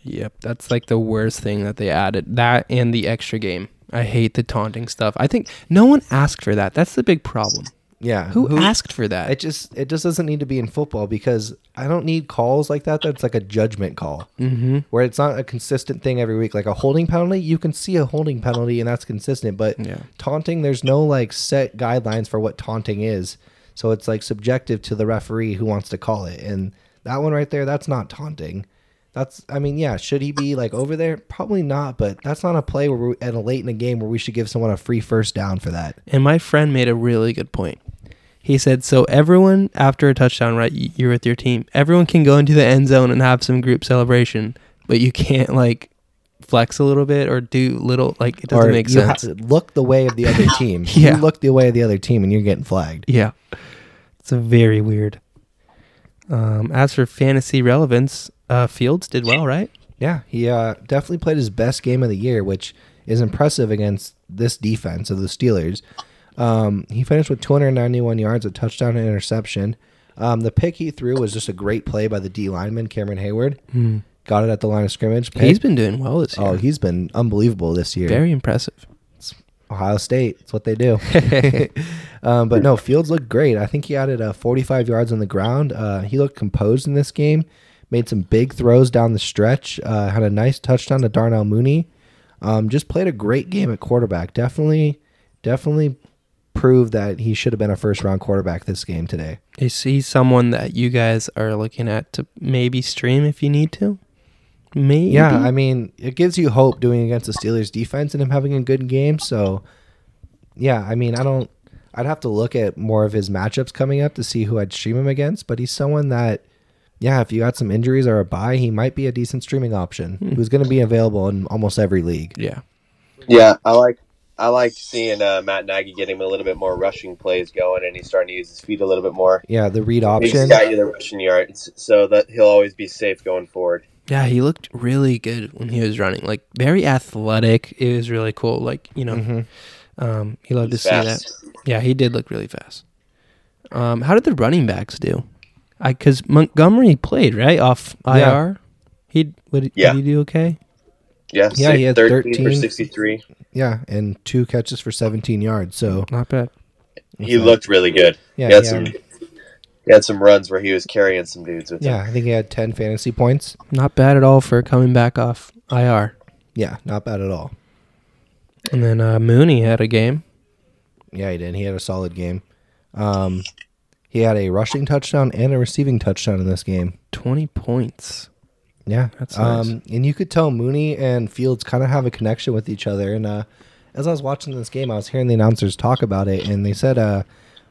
A: Yep, that's like the worst thing that they added. That and the extra game. I hate the taunting stuff. I think no one asked for that. That's the big problem.
B: Yeah,
A: Who, asked for that?
B: It just it just doesn't need to be in football because I don't need calls like that. That's like a judgment call mm-hmm. where it's not a consistent thing every week. Like a holding penalty, you can see a holding penalty and that's consistent. But
A: Yeah.
B: taunting, there's no like set guidelines for what taunting is, so it's like subjective to the referee who wants to call it. And that one right there, that's not taunting. That's I mean, yeah, should he be like over there? Probably not. But that's not a play where we at a late in a game where we should give someone a free first down for that.
A: And my friend made a really good point. He said, "So everyone after a touchdown, right? y- You're with your team. Everyone can go into the end zone and have some group celebration, but you can't like flex a little bit or do little like it doesn't
B: or
A: make
B: you ha-
A: sense.
B: look the way of the other team.
A: Yeah.
B: You look the way of the other team and you're getting flagged.
A: yeah, it's very weird. Um, as for fantasy relevance, uh, Fields did well, right?
B: Yeah, he uh, definitely played his best game of the year, which is impressive against this defense of the Steelers. Um, he finished with 291 yards, a touchdown, and interception. Um, the pick he threw was just a great play by the D lineman, Cameron Hayward. Got it at the line of scrimmage.
A: Hmm. He's
B: Pick.
A: been doing well this year.
B: oh, he's been unbelievable this year.
A: very impressive.
B: Ohio State. That's what they do. um, but no, Fields looked great. I think he added uh, 45 yards on the ground. Uh, he looked composed in this game, made some big throws down the stretch, uh, had a nice touchdown to Darnell Mooney. Um, just played a great game at quarterback. Definitely, definitely proved that he should have been a first round quarterback this game today.
A: Is he someone that you guys are looking at to maybe stream if you need to? Maybe.
B: Yeah, I mean, it gives you hope doing against the Steelers defense and him having a good game. So, yeah, I mean, I don't. I'd have to look at more of his matchups coming up to see who I'd stream him against. But he's someone that, yeah, if you got some injuries or a bye, he might be a decent streaming option. Who's going to be available in almost every league.
A: yeah.
C: Yeah, I like I like seeing uh, Matt Nagy getting a little bit more rushing plays going, and he's starting to use his feet a little bit more.
B: Yeah, the read
C: He's
B: option.
C: got you the rushing yards, so that he'll always be safe going forward.
A: Yeah, he looked really good when he was running. Like very athletic. It was really cool. Like you know,
B: Mm-hmm.
A: um, you love to
C: He's
A: see that.
C: fast.
A: Yeah, he did look really fast. Um, how did the running backs do? I because Montgomery played right off IR.
B: Yeah.
A: He would.
C: Yeah.
A: Did he do okay?
C: Yeah,
B: Yeah, he had
C: 13 for
B: 13.
C: 63.
B: Yeah, and two catches for 17 yards. So
A: Not bad.
C: He looked really good.
B: Yeah,
C: he had
B: yeah.
C: some He had some runs where he was carrying some dudes with
B: Yeah, I think he had 10 fantasy points.
A: Not bad at all for coming back off IR.
B: Yeah, not bad at all.
A: And then uh, Mooney had a game.
B: Yeah, he did. He had a solid game. Um, he had a rushing touchdown and a receiving touchdown in this game.
A: 20 points.
B: Yeah,
A: That's
B: um, and you could tell Mooney and Fields kind of have a connection with each other. And uh, as I was watching this game, I was hearing the announcers talk about it, and they said uh,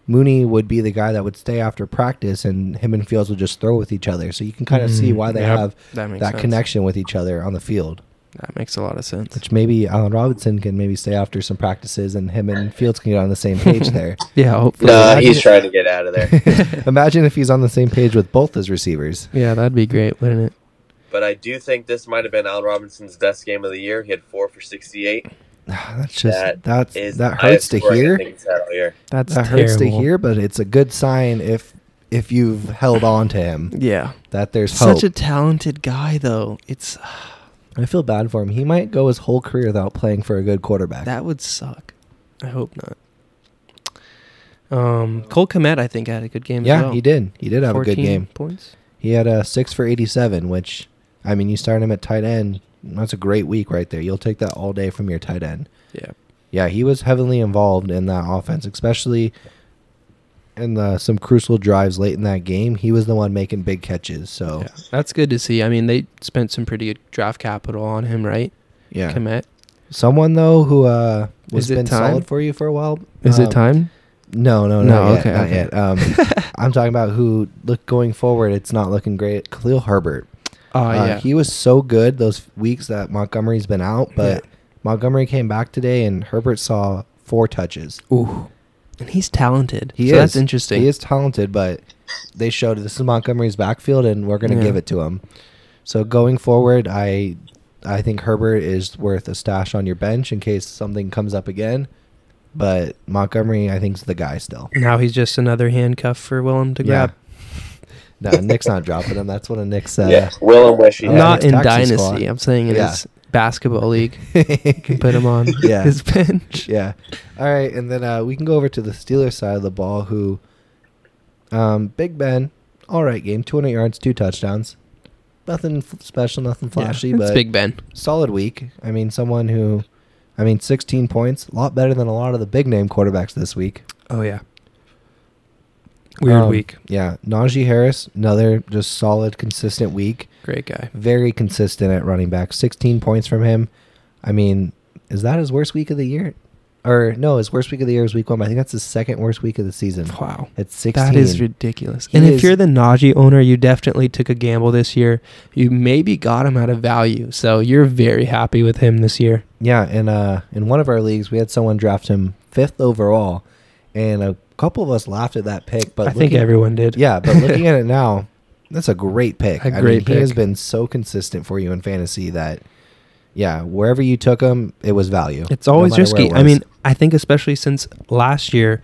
B: Mooney would be the guy that would stay after practice, and him and Fields would just throw with each other. So you can kind of see why they
A: Mm, Yep.
B: have
A: That
B: that,
A: makes sense.
B: connection with each other on the field.
A: That makes a lot of sense.
B: Which maybe Allen Robinson can maybe stay after some practices, and him and Fields can get on the same page there.
A: Yeah,
C: him.
A: hopefully.
C: Nah,
B: I
C: he's
B: did-
C: trying to get out of there.
B: Imagine if he's on the same page with both his receivers.
A: yeah, that'd be great, wouldn't it?
C: but I do think this might have been Allen Robinson's best game of the year. He had four for 68.
B: That's just
C: That
B: that's
C: Is the
B: that hurts
C: highest
B: to
C: score I
B: hear.
C: think he's had all year.
A: That's
B: That hurts to
A: terrible.
B: hear, but it's a good sign if if you've held on to him
A: Yeah.
B: that there's hope.
A: Such a talented guy, though. It's
B: I feel bad for him. He might go his whole career without playing for a good quarterback.
A: That would suck. I hope not. Um, Cole Komet, I think, had a good game.
B: yeah,
A: as well.
B: he did. He did have a
A: 14
B: good game.
A: Points.
B: He had a six for eighty-seven, which I mean, you start him at tight end. That's a great week right there. You'll take that all day from your tight end.
A: Yeah.
B: Yeah, he was heavily involved in that offense, especially in the, some crucial drives late in that game. He was the one making big catches. So
A: yeah, that's good to see. I mean, they spent some pretty good draft capital on him, right?
B: yeah,
A: Komet.
B: someone though who uh, was
A: Is it
B: been
A: time?
B: solid for you for a while.
A: Is
B: um,
A: it time?
B: No, no,
A: No,
B: no. Yet,
A: okay,
B: not
A: okay.
B: yet. Um, I'm talking about who look going forward. It's not looking great. Khalil Herbert.
A: Oh
B: Uh,
A: yeah.
B: He was so good those weeks that Montgomery's been out, but Montgomery came back today and Herbert saw four touches.
A: Ooh. And he's talented.
B: He
A: so
B: is.
A: That's interesting.
B: He is talented, but they showed this is Montgomery's backfield, and we're going to
A: Yeah.
B: give it to him. So going forward, I I think Herbert is worth a stash on your bench in case something comes up again. But Montgomery, I think, is the guy still.
A: Now he's just another handcuff for Willem to grab.
B: Yeah. No, Nick's not dropping him. That's one of Nick's.
C: yeah.
B: Uh,
C: Will and Wishy.
B: Yeah,
A: Not
B: it's
A: in
B: taxi
A: Dynasty.
B: squad.
A: I'm saying in
B: Yeah.
A: his basketball league.
B: yeah.
A: Put him on
B: Yeah.
A: his bench.
B: All right, and then uh, we can go over to the Steelers side of the ball. Who, um, Big Ben, all right game, 200 yards, two touchdowns. Nothing f- special, nothing flashy,
A: it's
B: but
A: Big Ben.
B: solid week. I mean, someone who, I mean, 16 points, a lot better than a lot of the big name quarterbacks this week.
A: Oh yeah. Weird
B: Um,
A: week.
B: Yeah, Najee Harris, another just solid, consistent week.
A: Great guy.
B: Very consistent at running back. 16 points from him. I mean, is that his worst week of the year? Or no, his worst week of the year was week one. But I think that's his second worst week of the season.
A: Wow.
B: It's 16.
A: That is ridiculous.
B: He
A: and
B: is-
A: if you're the Najee owner, you definitely took a gamble this year. You maybe got him at a value, so you're very happy with him this year.
B: Yeah, and uh, in one of our leagues, we had someone draft him fifth overall, and a couple of us laughed at that pick. But
A: I think
B: looking-
A: everyone did.
B: Yeah, but looking at it now, that's a great pick.
A: A
B: I mean,
A: great
B: he has
A: pick.
B: been so consistent for you in fantasy that, yeah, wherever you took him, it was value.
A: It's
B: no
A: always
B: matter where
A: risky.
B: it
A: I
B: was.
A: mean, I think especially since last year,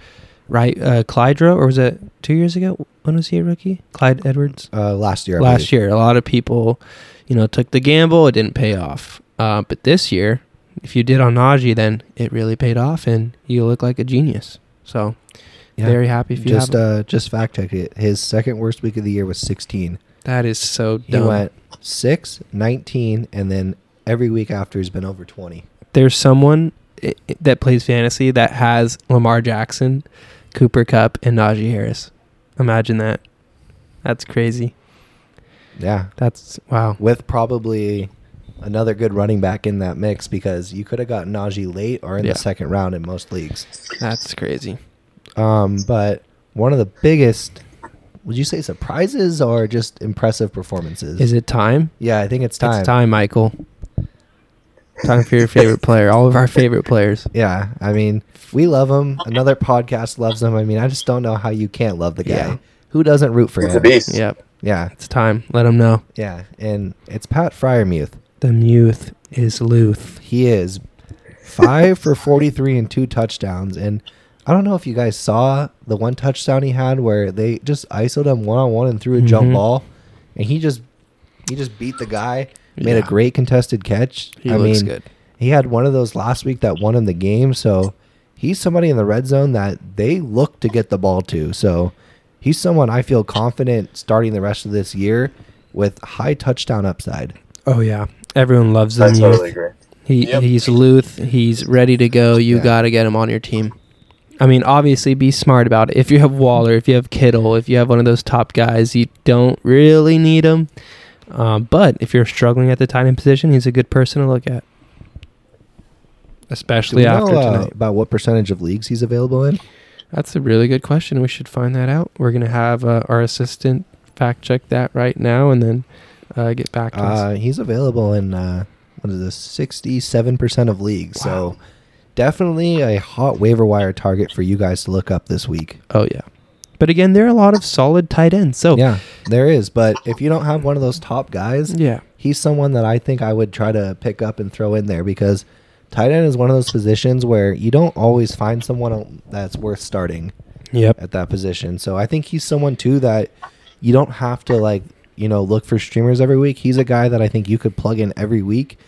A: right? Uh, Clydra, or was it two years ago? When was he a rookie? Clyde Edwards.
B: uh, last year. I
A: last
B: believe.
A: year, a lot of people, you know, took the gamble. It didn't pay off. Uh, but this year, if you did on Najee, then it really paid off, and you look like a genius. So
B: Yeah.
A: very happy if you
B: just
A: have him.
B: uh, just fact check it. His second worst week of the year was 16.
A: that is so
B: He
A: dumb.
B: went 6, 19, and then every week after he's been over 20.
A: there's someone i- i- that plays fantasy that has Lamar Jackson, Cooper Cup, and Najee Harris. Imagine that. That's crazy.
B: Yeah,
A: That's wow.
B: with probably another good running back in that mix because you could have gotten Najee late or in
A: Yeah.
B: the second round in most leagues.
A: That's crazy.
B: Um, but one of the biggest, would you say surprises or just impressive performances?
A: Is it time?
B: yeah, I think it's time.
A: It's time, Michael. Time for your favorite player. All of our favorite players.
B: Yeah, I mean, we love him. Another podcast loves him. I mean, I just don't know how you can't love the guy.
A: Yeah.
B: Who doesn't root for
C: He's
B: him?
C: a beast.
A: Yep.
B: Yeah,
A: It's time. Let them know.
B: yeah, and it's Pat Fryermuth.
A: The youth is Luth.
B: He is five for 43 and two touchdowns. And I don't know if you guys saw the one touchdown he had where they just isoed him one on one and threw a jump
A: Mhm.
B: ball, and he just he just beat the guy, made a
A: Yeah.
B: great contested catch.
A: He
B: I
A: looks
B: mean,
A: good.
B: he had one of those last week that won him the game. So he's somebody in the red zone that they look to get the ball to. So he's someone I feel confident starting the rest of this year with high touchdown upside.
A: Oh yeah, everyone loves
C: I
A: him.
B: Mm-hmm.
C: totally agree.
A: He
C: Yep.
A: he's Luth. He's ready to go. You
B: Yeah.
A: got to get him on your team. I mean, obviously, be smart about it. If you have Waller, if you have Kittle, if you have one of those top guys, you don't really need him. Um, but if you're struggling at the tight end position, he's a good person to look at,
B: Do we
A: especially
B: know
A: after
B: uh,
A: tonight.
B: about what percentage of leagues he's available in?
A: That's a really good question. We should find that out. We're gonna have uh, our assistant fact check that right now, and then uh, get back to us.
B: Uh, he's available in uh, what is this? Sixty-seven percent of leagues. So definitely a hot waiver wire target for you guys to look up this week.
A: Oh yeah, but again, there are a lot of solid tight ends. So
B: Yeah, there is. But if you don't have one of those top guys,
A: yeah.
B: he's someone that I think I would try to pick up and throw in there because tight end is one of those positions where you don't always find someone that's worth starting
A: Yep.
B: at that position. So I think he's someone too that you don't have to like, you know, look for streamers every week. He's a guy that I think you could plug in every week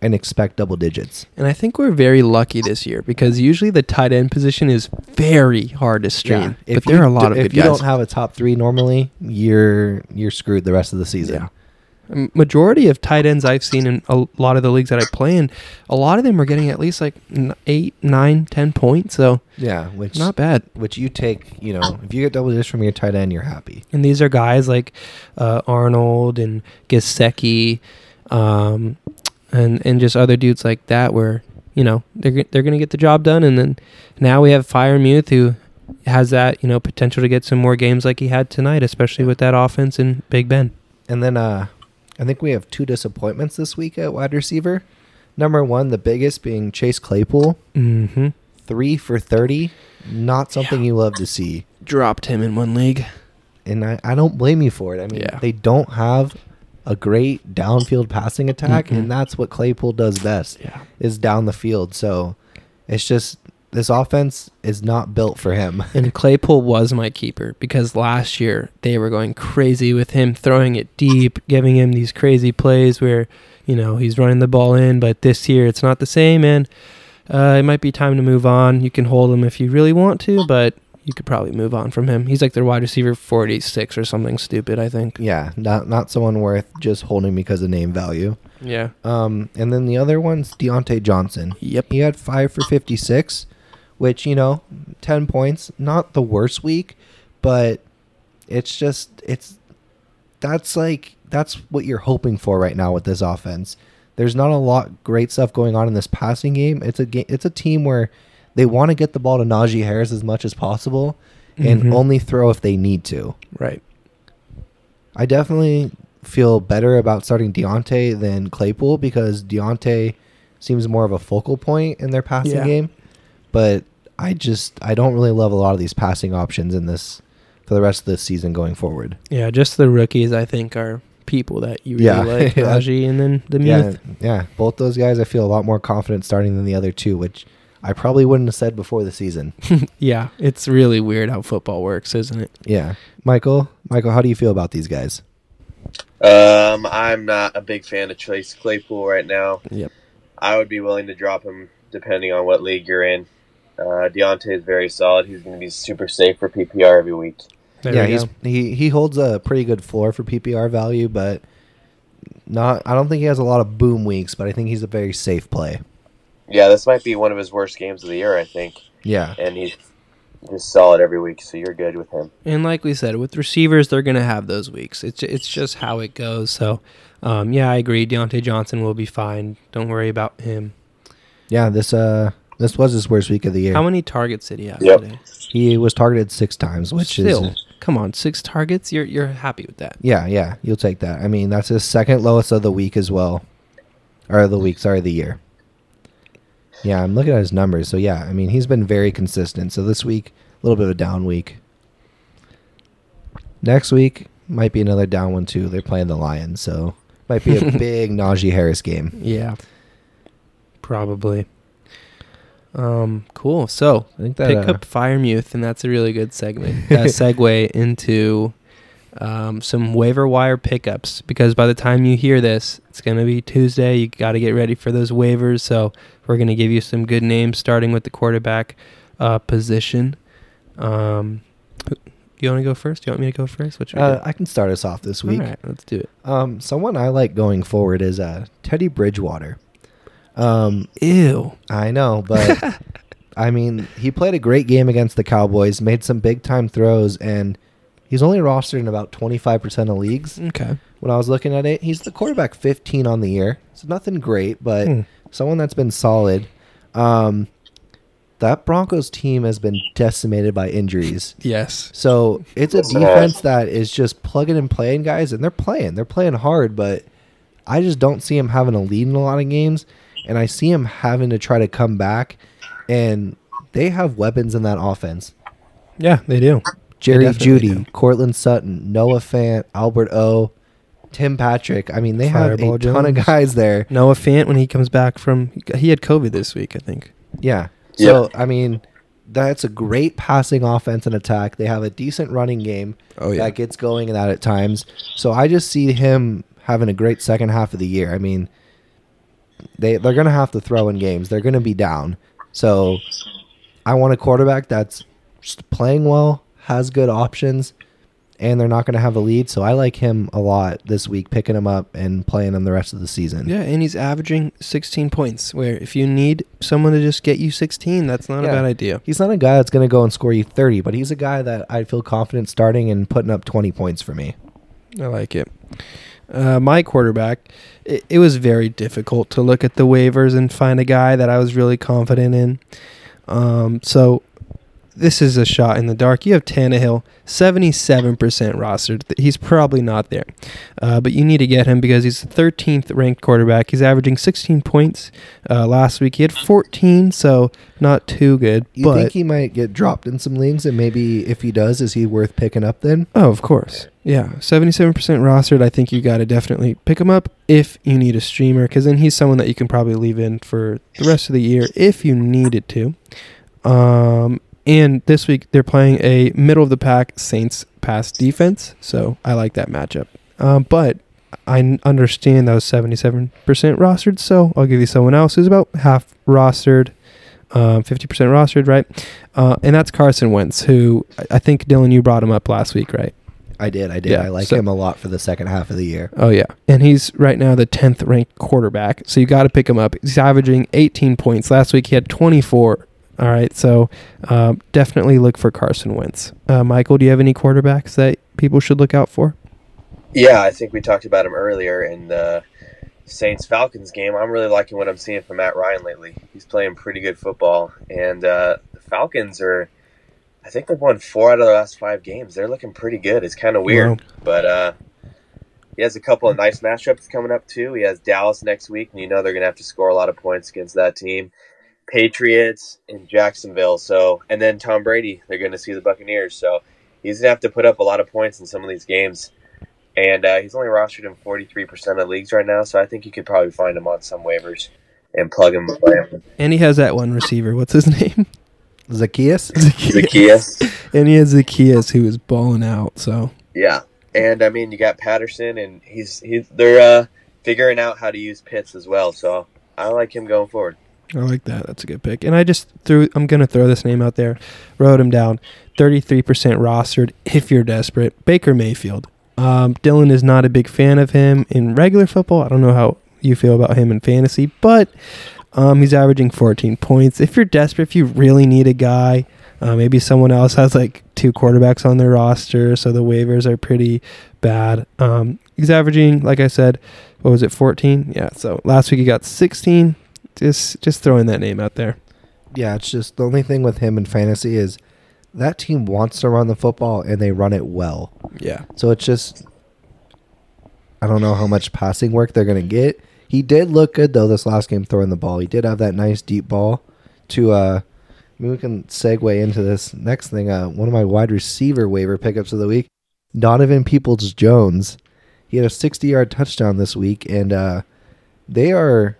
B: and expect double digits.
A: And I think we're very lucky this year because usually the tight end position is very hard to stream. but there
B: you
A: are a lot
B: do-
A: of
B: if
A: good
B: you
A: guys.
B: don't have a top three normally, you're you're screwed the rest of the season.
A: Yeah. M- Majority of tight ends I've seen in a lot of the leagues that I play in, a lot of them are getting at least like n- eight, nine, ten points. So
B: Yeah, which
A: not bad.
B: which you take, you know, if you get double digits from your tight end, you're happy.
A: And these are guys like uh, Arnold and Gasecki, um, and and just other dudes like that where you know they're g- they're gonna get the job done. And then now we have Fire Muth who has that you know potential to get some more games like he had tonight, especially with that offense and Big Ben.
B: And then uh I think we have two disappointments this week at wide receiver. Number one, the biggest being Chase Claypool,
A: Mm-hmm.
B: three for thirty. Not something you love to see.
A: Dropped him in one league.
B: And I, I don't blame you for it. I mean
A: Yeah.
B: they don't have a great downfield passing attack,
A: Mm-mm.
B: and that's what Claypool does best
A: Yeah.
B: is down the field. So it's just this offense is not built for him.
A: And Claypool was my keeper because last year they were going crazy with him throwing it deep, giving him these crazy plays where, you know, he's running the ball in. But this year it's not the same, and uh, it might be time to move on. You can hold him if you really want to, but you could probably move on from him. He's like their wide receiver 46 or something stupid, I think.
B: yeah, not not someone worth just holding because of name value.
A: Yeah.
B: Um, and then the other one's Deontay Johnson.
A: Yep.
B: He had five for 56, which, you know, 10 points. Not the worst week, but it's just, it's, that's like, that's what you're hoping for right now with this offense. There's not a lot great stuff going on in this passing game. It's a game, it's a team where they want to get the ball to Najee Harris as much as possible and
A: Mhm.
B: only throw if they need to.
A: Right.
B: I definitely feel better about starting Deontay than Claypool because Deontay seems more of a focal point in their passing
A: Yeah.
B: game. But I just I don't really love a lot of these passing options in this for the rest of the season going forward.
A: Yeah. Just the rookies, I think, are people that you really
B: Yeah.
A: like,
B: Yeah.
A: Najee, and then the
B: Yeah,
A: Muth.
B: yeah. Both those guys I feel a lot more confident starting than the other two, which I probably wouldn't have said before the season.
A: yeah. It's really weird how football works, isn't it?
B: yeah. Michael, Michael, how do you feel about these guys?
C: Um, I'm not a big fan of Chase Claypool right now.
A: Yep.
C: I would be willing to drop him depending on what league you're in. Uh, Deontay is very solid. He's going to be super safe for PPR every week.
A: There
B: yeah,
A: we
B: he's
A: go.
B: he he holds a pretty good floor for PPR value, but not. I don't think he has a lot of boom weeks, but I think he's a very safe play.
C: Yeah, this might be one of his worst games of the year, I think,
B: Yeah,
C: and he's just solid every week. So you're good with him.
A: And like we said, with receivers, they're going to have those weeks. It's it's just how it goes. So, um, yeah, I agree. Deontay Johnson will be fine. Don't worry about him.
B: yeah. This uh, this was his worst week of the year.
A: How many targets did he have
C: Yep.
A: today?
B: he was targeted six times, which
A: Still,
B: is
A: come on, six targets. You're you're happy with that?
B: yeah, yeah. You'll take that. I mean, that's his second lowest of the week as well, or the week, sorry, the year. Yeah, I'm looking at his numbers. So yeah, I mean, he's been very consistent. So this week, a little bit of a down week. Next week might be another down one too. They're playing the Lions, so might be a big Najee Harris game.
A: Yeah, probably. Um, cool. So
B: I think that
A: pick
B: uh,
A: up Fire Muth, and that's a really good segment. Uh, segue into um, some waiver wire pickups because by the time you hear this, it's going to be Tuesday. You got to get ready for those waivers. So we're going to give you some good names, starting with the quarterback uh, position. Um, Do you want to go first? Do you want me to go first? Which
B: Uh, I can start us off this week.
A: All right, let's do it.
B: Um, someone I like going forward is uh, Teddy Bridgewater. Um,
A: Ew.
B: I know, but I mean, he played a great game against the Cowboys, made some big time throws, and he's only rostered in about 25% of leagues.
A: Okay.
B: When I was looking at it, he's the quarterback 15 on the year. So nothing great, but
A: Hmm.
B: someone that's been solid. Um, that Broncos team has been decimated by injuries.
A: Yes.
B: So it's a
C: Yes, it
B: defense
C: has.
B: that is just plugging and playing guys, and they're playing. They're playing hard, but I just don't see him having a lead in a lot of games, and I see him having to try to come back. And they have weapons in that offense:
A: Yeah, they do.
B: Jerry
A: definitely
B: Judy,
A: do.
B: Cortland Sutton, Noah Fant, Albert O, Tim Patrick. I mean, they have
A: Fireball
B: a ton of
A: Jones.
B: guys there.
A: Noah Fant when he comes back from he had COVID this week, I think.
B: Yeah.
C: Yeah.
B: So I mean, that's a great passing offense and attack. They have a decent running game.
A: Oh
B: that gets going and that at times. So I just see him having a great second half of the year. I mean, they they're gonna have to throw in games. They're gonna be down. So I want a quarterback that's just playing well, has good options, and they're not gonna have a lead. So I like him a lot this week, picking him up and playing him the rest of the season.
A: Yeah, and he's averaging 16 points. Where if you need someone to just get you 16, that's not a
B: Yeah.
A: bad idea.
B: He's not a guy that's gonna go and score you thirty, but he's a guy that I feel confident starting and putting up twenty points for me.
A: I like it. Uh, my quarterback, it, it was very difficult to look at the waivers and find a guy that I was really confident in. Um, so this is a shot in the dark. You have Tannehill, 77% rostered. Th- He's probably not there. Uh, but you need to get him because he's the 13th ranked quarterback. He's averaging 16 points. Uh, last week he had 14, so not too good.
B: You
A: but
B: think he might get dropped in some leagues, and maybe if he does, is he worth picking up then?
A: Oh, of course. Yeah, seventy-seven percent rostered. I think you got to definitely pick him up if you need a streamer, because then he's someone that you can probably leave in for the rest of the year if you needed to. Um, and this week they're playing a middle of the pack Saints pass defense, so I like that matchup. Um, but I n- understand that was seventy-seven percent rostered, so I'll give you someone else who's about half rostered um, 50% rostered, right? Uh, and that's Carson Wentz, who I- I think, Dylan, you brought him up last week, right?
B: I did, I did.
A: Yeah,
B: I like
A: so-
B: him a lot for the second half of the year.
A: Oh, yeah. And he's right now the 10th ranked quarterback. So you got to pick him up. He's averaging 18 points. Last week he had 24. All right. So um, definitely look for Carson Wentz. Uh, Michael, do you have any quarterbacks that people should look out for?
C: Yeah, I think we talked about him earlier in the Saints Falcons game. I'm really liking what I'm seeing from Matt Ryan lately. He's playing pretty good football, and uh, the Falcons are. I think they've won four out of the last five games. They're looking pretty good. It's kind of weird,
A: Wow.
C: but uh, he has a couple of nice matchups coming up too. He has Dallas next week, and you know they're going to have to score a lot of points against that team. Patriots and Jacksonville. So, and then Tom Brady. They're going to see the Buccaneers. So, he's going to have to put up a lot of points in some of these games and uh, he's only rostered in 43% of leagues right now, so I think you could probably find him on some waivers and plug him and play him.
A: And he has that one receiver. What's his name?
B: Zacchaeus?
C: Zacchaeus.
A: And he has Zacchaeus, who is balling out. So
C: Yeah. And I mean, you got Patterson, and he's, he's they're uh, figuring out how to use Pitts as well, so I like him going forward.
A: I like that. That's a good pick. And I just threw. I'm gonna throw this name out there. Wrote him down. 33% rostered. If you're desperate, Baker Mayfield. Um, Dylan is not a big fan of him in regular football. I don't know how you feel about him in fantasy, but um, he's averaging 14 points. If you're desperate, if you really need a guy, uh, maybe someone else has like two quarterbacks on their roster, so the waivers are pretty bad. Um, he's averaging, like I said, what was it, 14? Yeah. So last week he got 16 just just throwing that name out there.
B: Yeah, it's just the only thing with him in fantasy is that team wants to run the football and they run it well.
A: Yeah.
B: So it's just, I don't know how much passing work they're going to get. He did look good, though, this last game throwing the ball. He did have that nice deep ball to, uh, I mean, we can segue into this next thing. Uh, one of my wide receiver waiver pickups of the week, Donovan Peoples Jones. He had a 60 yard touchdown this week, and uh, they are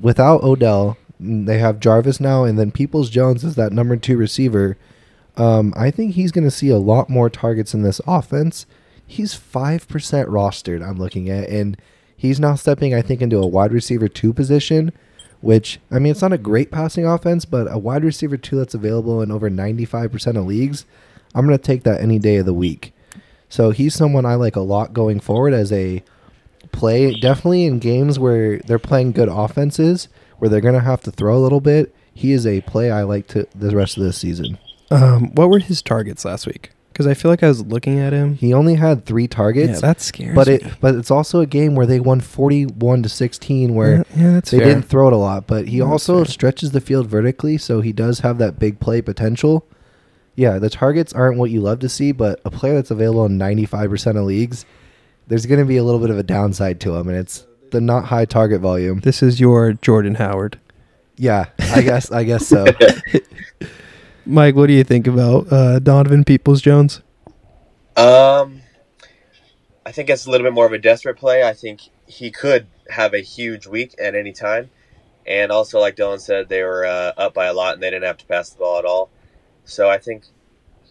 B: without Odell. mm, They have Jarvis now, and then Peoples Jones is that number two receiver. Um, I think he's going to see a lot more targets in this offense. He's 5% rostered, I'm looking at, and he's now stepping, I think, into a wide receiver two position, which, I mean, it's not a great passing offense, but a wide receiver two that's available in over 95% of leagues, I'm going to take that any day of the week. So he's someone I like a lot going forward as a play, definitely in games where they're playing good offenses, where they're going to have to throw a little bit. He is a play I like to the rest of this season.
A: Um, what were his targets last week? Because I feel like I was looking at him.
B: He only had three targets.
A: yeah, that scares
B: but
A: me.
B: it but it's also a game where they won 41 to 16 where
A: yeah, yeah, that's
B: they
A: fair.
B: didn't throw it a lot but he
A: That's
B: also
A: fair.
B: stretches the field vertically so he does have that big play potential yeah the targets aren't what you love to see but a player that's available in 95% of leagues there's going to be a little bit of a downside to him and it's the not high target volume
A: This is your Jordan Howard.
B: yeah i guess i guess so
A: Mike, what do you think about uh, Donovan Peoples Jones?
C: Um, I think it's a little bit more of a desperate play. I think he could have a huge week at any time. And also, like Dylan said, they were uh, up by a lot and they didn't have to pass the ball at all. So I think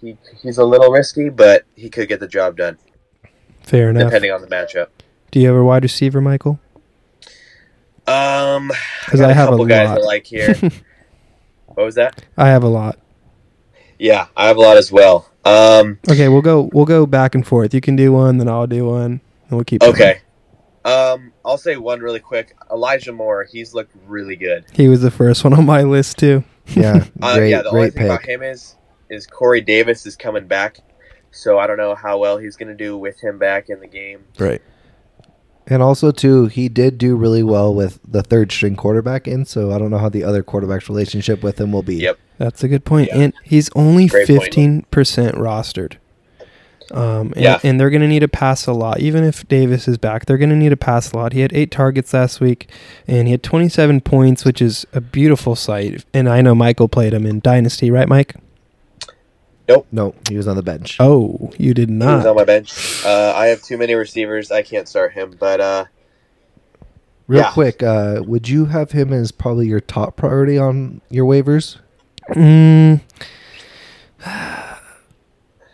C: he he's a little risky, but he could get the job done
A: Fair enough.
C: depending on the matchup.
A: Do you have a wide receiver, Michael?
C: Um,
A: Because
C: got
A: I have a
C: couple guys I
A: lot.
C: like here. what was that?
A: I have a lot.
C: Yeah, I have a lot as well. Um,
A: Okay, we'll go. We'll go back and forth. You can do one, then I'll do one, and we'll keep. going.
C: okay. Um, I'll say one really quick. Elijah Moore, he's looked really good.
A: He was the first one on my list too.
B: yeah
C: Uh,
B: great
C: yeah, the only
B: great
C: thing about
B: pick
C: him is is Corey Davis is coming back, so I don't know how well he's going to do with him back in the game.
A: Right.
B: and also too he did do really well with the third string quarterback in so i don't know how the other quarterback's relationship with him will be
C: Yep.
A: That's a good point.
C: Yeah.
A: And he's only
C: Great point.
A: fifteen percent rostered. Um, and,
C: Yeah.
A: and they're going to need a pass a lot. Even if Davis is back, they're going to need a pass a lot. He had eight targets last week, and he had 27 points, which is a beautiful sight. And I know Michael played him in Dynasty, right, Mike?
B: no he was on the bench
A: Oh, you did
C: He
B: Ah.
C: was
A: not.
C: on my bench. Uh, I have too many receivers. I can't start him, but uh,
B: Real
C: Yeah.
B: quick, uh, would you have him as probably your top priority on your waivers?
A: Mm.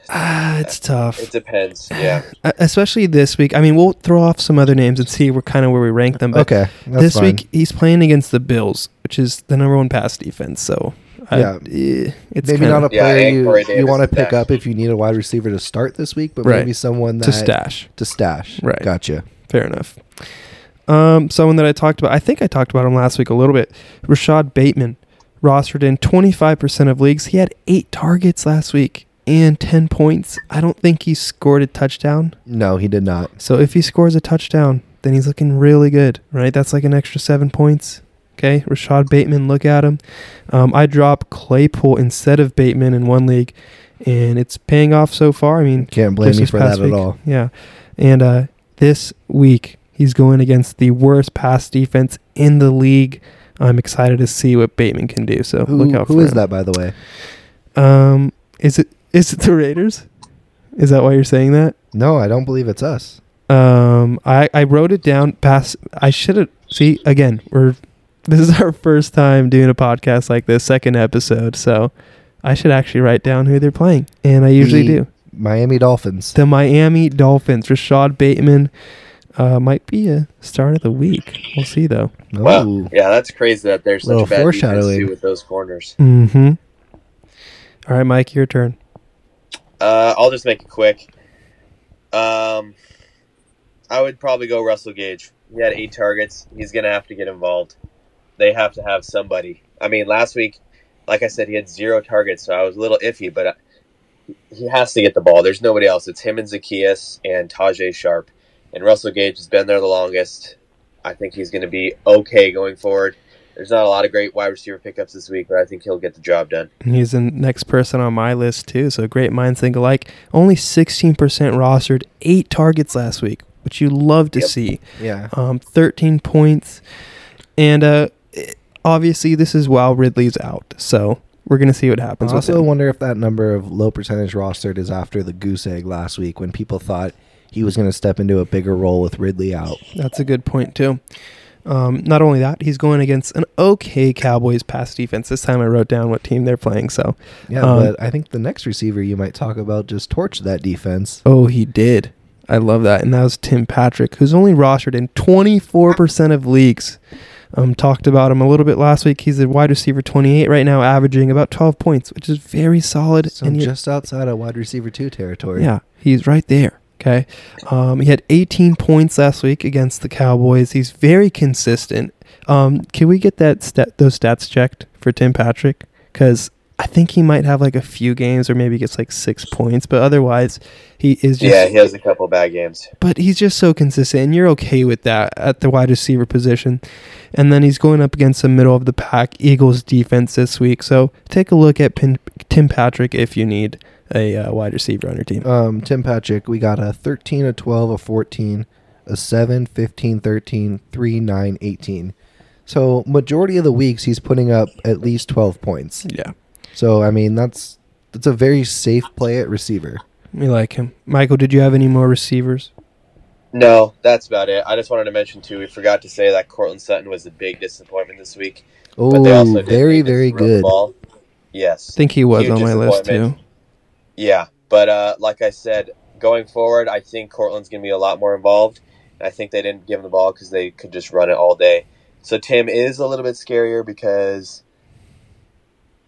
A: Ah, it's tough.
C: it depends. Yeah.
A: Uh, especially this week. I mean, we'll throw off some other names and see where kind of where we rank them. But
B: okay, that's
A: this
B: fine.
A: week he's playing against the Bills, which is the number one pass defense. So I-
B: Yeah.
A: eh, it's
B: maybe not a
C: Yeah,
B: player
C: and Corey
B: you,
C: Davis
B: you want to
C: is
B: pick
C: back.
B: up if you need a wide receiver to start this week, but
A: Right.
B: maybe someone that
A: to stash.
B: to stash.
A: Right.
B: Gotcha.
A: Fair enough. Um, someone that I talked about, I think I talked about him last week a little bit. Rashad Bateman, rostered in 25% of leagues. He had eight targets last week and 10 points. I don't think he scored a touchdown.
B: No, he did not.
A: So if he scores a touchdown, then he's looking really good, right? That's like an extra seven points. Okay, Rashad Bateman, look at him. Um, I drop Claypool instead of Bateman in one league, and it's paying off so far. I mean,
B: Can't blame
A: just
B: me
A: this
B: for that
A: past
B: at
A: week.
B: all.
A: Yeah, and uh, this week he's going against the worst pass defense in the league. I'm excited to see what Bateman can do. So
B: Who,
A: look out
B: who
A: for
B: is
A: him.
B: that, by the way?
A: Um, is it is it the Raiders? Is that why you're saying that?
B: No, I don't believe it's us.
A: Um, I, I wrote it down. Pass. I should have. See again. We're this is our first time doing a podcast like this, second episode. So I should actually write down who they're playing, and I usually
B: The-
A: do.
B: Miami Dolphins.
A: The Miami Dolphins. Rashad Bateman uh, might be a start of the week. We'll see though.
C: Wow.
B: Ooh.
C: Yeah, that's crazy that there's such
B: Little
C: a bad defense
B: foreshadowing.
C: too with those corners.
A: Mm-hmm. All right, Mike, your turn.
C: Uh, I'll just make it quick. Um, I would probably go Russell Gage. He had eight targets. He's going to have to get involved. They have to have somebody. I mean, last week, like I said, he had zero targets, so I was a little iffy, but I- he has to get the ball. There's nobody else. It's him and Zacchaeus and Tajay Sharp. And Russell Gage has been there the longest. I think he's going to be okay going forward. There's not a lot of great wide receiver pickups this week, but I think he'll get the job done.
A: And He's the next person on my list too. So great minds think alike. Only 16% rostered, eight targets last week, which you love to
C: Yep.
A: see.
B: Yeah.
A: um, 13 points. And uh, i- obviously, this is while Ridley's out. So we're going to see what
B: I
A: happens.
B: also
A: with him.
B: wonder if that number of low percentage rostered is after the goose egg last week when people thought he was going to step into a bigger role with Ridley out.
A: That's a good point, too. Um, not only that, he's going against an okay Cowboys pass defense. This time I wrote down what team they're playing. So,
B: Yeah,
A: Um,
B: but I think the next receiver you might talk about just torched that defense.
A: oh, he did. I love that. And that was Tim Patrick, who's only rostered in 24% of leagues. Um, talked about him a little bit last week. He's a wide receiver 28 right now, averaging about 12 points, which is very solid.
B: So
A: you're-
B: just outside of wide receiver two territory.
A: yeah, he's right there. Okay. Um, he had 18 points last week against the Cowboys. He's very consistent. Um, can we get that stat, those stats checked for Tim Patrick? Because I think he might have like a few games or maybe gets like six points, but otherwise he is just.
C: Yeah, he has a couple bad games.
A: But he's just so consistent, and you're okay with that at the wide receiver position. And then he's going up against the middle of the pack Eagles defense this week. So take a look at Pin- Tim Patrick if you need a uh, wide receiver on your team.
B: Um, Tim Patrick, we got a 13, a 12, a 14, a 7, 15, 13, 3, 9, 18. So majority of the weeks he's putting up at least 12 points.
A: Yeah.
B: So I mean that's that's a very safe play at receiver.
A: We like him. Michael, did you have any more receivers?
C: No, that's about it. I just wanted to mention too. We forgot to say that Cortland Sutton was a big disappointment this week. but they also
B: Oh,
C: did
B: very
C: make us
B: very
C: throw the
B: good.
C: ball. Yes.
A: I think he was
C: Huge
A: on my list too.
C: disappointment. Yeah, but uh, like I said, going forward, I think Cortland's going to be a lot more involved. I think they didn't give him the ball because they could just run it all day. So Tim is a little bit scarier because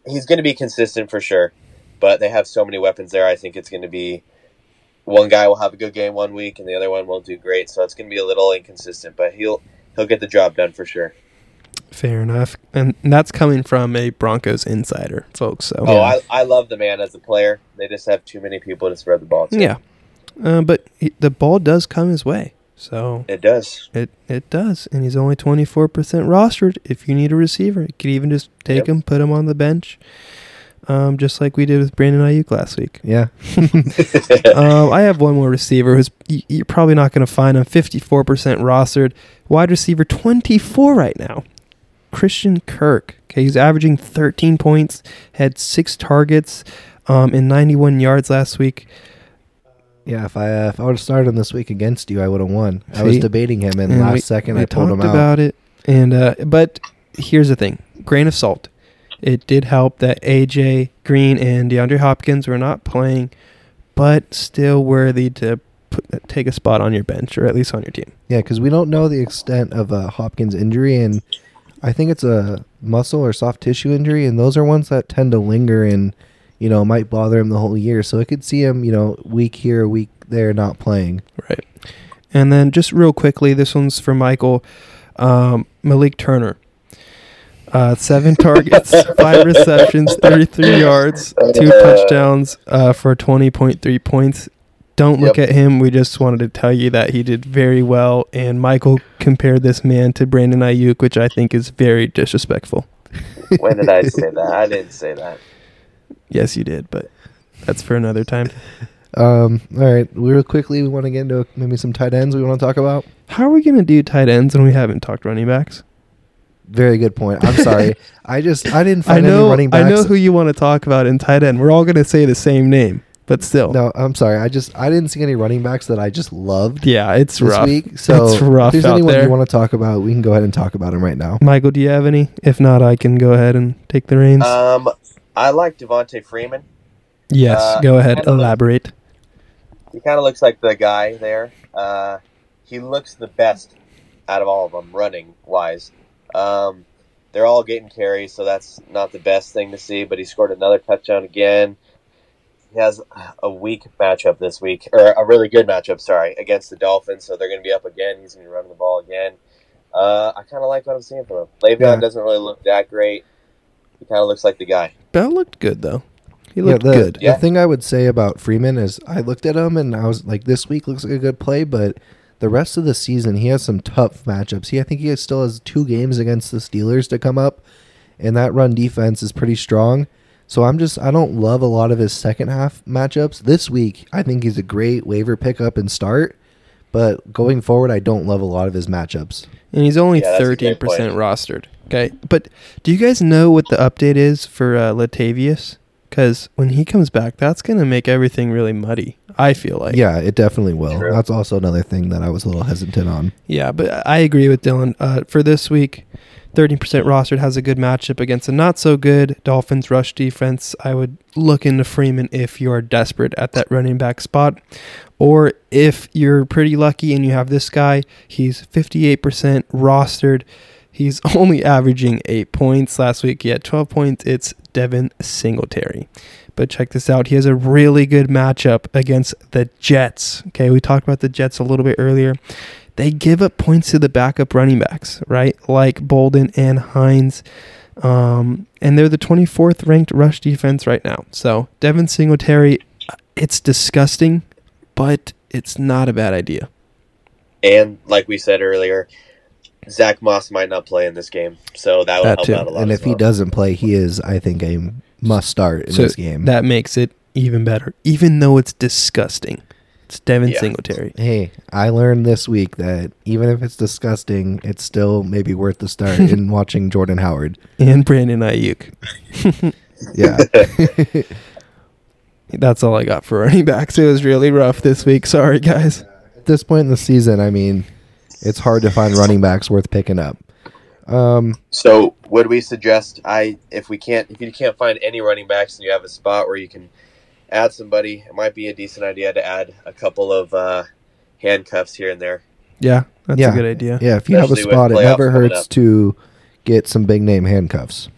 C: he's going to be consistent for sure, but they have so many weapons there. I think it's going to be one guy will have a good game one week and the other one won't do great. So it's going to be a little inconsistent, but he'll he'll get the job done for sure.
A: Fair enough. And that's coming from a Broncos insider, folks. So
C: Oh, I, I love the man as a player. They just have too many people to spread the ball to.
A: yeah. Uh, but he, the ball does come his way. So
C: It does.
A: it it does. And he's only 24% rostered if you need a receiver. You could even just take
C: Yep.
A: him, put him on the bench. Um, just like we did with Brandon Ayuk last week.
B: Yeah.
A: um, I have one more receiver who's y- you're probably not going to find him. 54% rostered, wide receiver 24 right now. Christian Kirk. Okay, he's averaging 13 points, had six targets, um, and 91 yards last week.
B: Yeah, if I uh, if I would have started him this week against you, I would have won. I was
A: See?
B: debating him, and,
A: And
B: last
A: we-
B: second
A: we
B: I pulled him
A: talked
B: out.
A: about it, and uh, but here's the thing: grain of salt. It did help that AJ Green and DeAndre Hopkins were not playing, but still worthy to put, take a spot on your bench or at least on your team.
B: Yeah, because we don't know the extent of uh, Hopkins' injury, and I think it's a muscle or soft tissue injury, and those are ones that tend to linger and you know might bother him the whole year. So I could see him, you know, week here, week there, not playing.
A: Right. And then just real quickly, this one's for Michael um, Malik Turner. Uh, seven targets, five receptions, 33 yards, two touchdowns uh, for 20.3 points. Don't look at him. We just wanted to tell you that he did very well. And Michael compared this man to Brandon Ayuk, which I think is very disrespectful.
C: when did I say that? I didn't say that.
A: Yes, you did, but that's for another time.
B: Um, all right, real quickly, we want to get into maybe some tight ends we want to talk about.
A: How are we going to do tight ends when we haven't talked running backs?
B: Very good point. I'm sorry, I just I didn't
A: I
B: find any
A: know,
B: running backs.
A: I know who you want to talk about in tight end. We're all going to say the same name, but still.
B: no, I'm sorry. I just I didn't see any running backs that I just loved
A: Yeah, it's
B: this
A: rough.
B: week. So
A: it's rough
B: if there's
A: out
B: anyone
A: there.
B: you want to talk about, we can go ahead and talk about him right now.
A: Michael, do you have any? If not, I can go ahead and take the reins.
C: Um, I like Devonte Freeman.
A: yes,
C: uh,
A: go ahead.
C: I don't know.
A: Elaborate.
C: He kind of looks like the guy there. Uh, he looks the best out of all of them, running wise. Um, they're all getting carries, so that's not the best thing to see. But he scored another touchdown again. He has a weak matchup this week, or a really good matchup, sorry, against the Dolphins. So they're going to be up again. He's going to be running the ball again. Uh, I kind of like what I'm seeing from him. Le'Veon
B: Yeah.
C: doesn't really look that great. He kind of looks like the guy.
A: Bell looked good though. He
B: Yeah,
A: looked
B: the,
A: good.
B: The
C: Yeah.
B: thing I would say about Freeman is I looked at him and I was like, this week looks like a good play, but the rest of the season he has some tough matchups. He I think he still has two games against the Steelers to come up, and that run defense is pretty strong. So I'm just I don't love a lot of his second half matchups. This week I think he's a great waiver pickup and start, but going forward I don't love a lot of his matchups.
A: And he's only
C: Yeah, that's a
A: thirteen
C: great point.
A: percent rostered. Okay, but do you guys know what the update is for uh, Latavius? Because when he comes back, that's gonna make everything really muddy. I feel like.
B: yeah, it definitely will.
C: True.
B: That's also another thing that I was a little hesitant on.
A: Yeah, but I- I agree with Dylan. Uh, for this week, 13% rostered has a good matchup against a not so good Dolphins rush defense. I would look into Freeman if you are desperate at that running back spot. Or if you're pretty lucky and you have this guy, he's 58% rostered. He's only averaging eight points. Last week he had 12 points. It's Devin Singletary. But check this out. He has a really good matchup against the Jets. Okay, we talked about the Jets a little bit earlier. They give up points to the backup running backs, right? Like Bolden and Hines. Um, and they're the 24th ranked rush defense right now. So Devin Singletary, uh, it's disgusting, but it's not a bad idea.
C: And like we said earlier, Zach Moss might not play in this game, so that would
A: That
C: help
A: too.
C: out a lot.
B: And
C: as
B: if he
C: well.
B: doesn't play, he is, I think, a must start in
A: So
B: this game.
A: That makes it even better, even though it's disgusting. It's Devin
C: Yeah.
A: Singletary.
B: hey, I learned this week that even if it's disgusting, it's still maybe worth the start in watching Jordan Howard.
A: and Brandon Ayuk.
B: Yeah.
A: That's all I got for running backs. It was really rough this week. Sorry, guys.
B: At this point in the season, I mean, it's hard to find running backs worth picking up. Um,
C: So would we suggest I if we can't if you can't find any running backs and you have a spot where you can add somebody, it might be a decent idea to add a couple of uh, handcuffs here and there.
A: Yeah, that's
B: Yeah.
A: a good idea.
B: yeah, if you have a
C: Especially with
B: spot, it
C: playoffs
B: never
C: coming
B: hurts
C: up.
B: to get some big name handcuffs.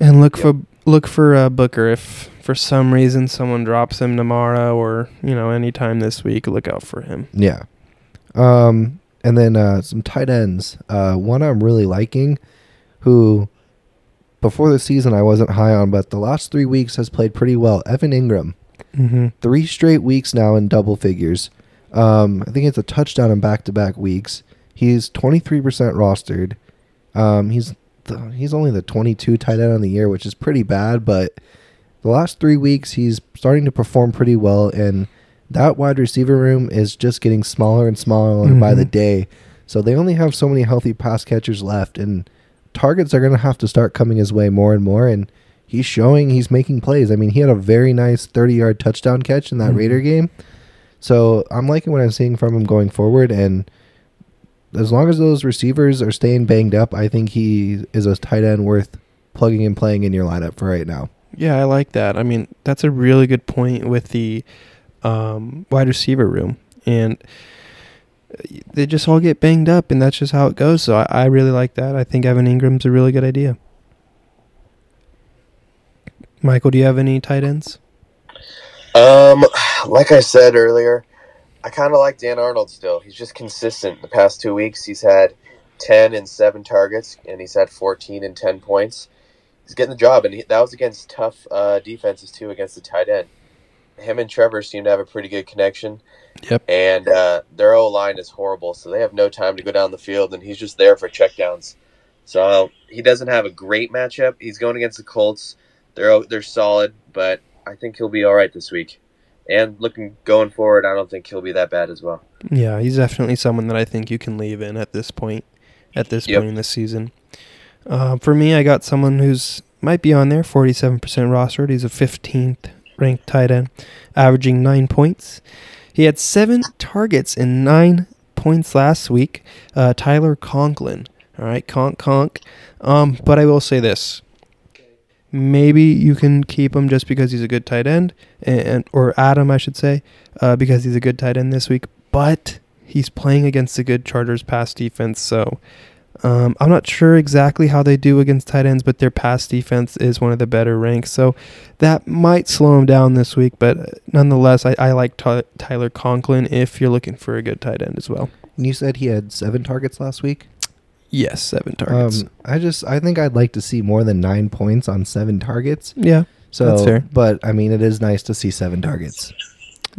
A: And look
C: Yep.
A: for look for uh, Booker if for some reason someone drops him tomorrow or you know anytime this week. Look out for him.
B: Yeah. Um, and then uh, some tight ends. Uh, one I'm really liking, who before the season I wasn't high on, but the last three weeks has played pretty well. Evan Ingram,
A: Mm-hmm.
B: three straight weeks now in double figures. Um, I think it's a touchdown in back to back weeks. He's 23% rostered. Um, he's the, he's only the 22 tight end on the year, which is pretty bad, but the last three weeks he's starting to perform pretty well, and that wide receiver room is just getting smaller and smaller by
A: Mhm.
B: the day. So they only have so many healthy pass catchers left, and targets are going to have to start coming his way more and more. And he's showing he's making plays. I mean, he had a very nice 30 yard touchdown catch in that
A: Mhm.
B: Raider game. So I'm liking what I'm seeing from him going forward, and as long as those receivers are staying banged up, I think he is a tight end worth plugging and playing in your lineup for right now.
A: Yeah, I like that. I mean, that's a really good point with the um, wide receiver room, and uh, they just all get banged up, and that's just how it goes. So I, I really like that. I think Evan Ingram's a really good idea. Michael, do you have any tight ends?
C: Um, like I said earlier, I kind of like Dan Arnold still. He's just consistent. The past two weeks, he's had ten and seven targets, and he's had fourteen and ten points. He's getting the job, and he, that was against tough uh, defenses too, against the tight end. Him and Trevor seem to have a pretty good connection.
A: Yep.
C: And uh, their O line is horrible, so they have no time to go down the field, and he's just there for checkdowns. So he doesn't have a great matchup. He's going against the Colts. They're o- they're solid, but I think he'll be all right this week. And looking going forward, I don't think he'll be that bad as well.
A: Yeah, he's definitely someone that I think you can leave in at this point, at this
C: Yep.
A: point in the season. Uh, for me, I got someone who's might be on there, forty-seven percent rostered. He's a fifteenth ranked tight end, averaging nine points. He had seven targets and nine points last week. Uh, Tyler Conklin, all right, conk conk. Um, but I will say this: maybe you can keep him just because he's a good tight end, and or Adam, I should say, uh, because he's a good tight end this week. But he's playing against a good Chargers pass defense, so um, I'm not sure exactly how they do against tight ends, but their pass defense is one of the better ranks, so that might slow him down this week. But uh, nonetheless, I, I like Ty- Tyler Conklin if you're looking for a good tight end as well.
B: And you said he had seven targets last week.
A: Yes, seven targets.
B: Um, I just I think I'd like to see more than nine points on seven targets.
A: yeah,
B: So,
A: That's fair.
B: but I mean, it is nice to see seven targets.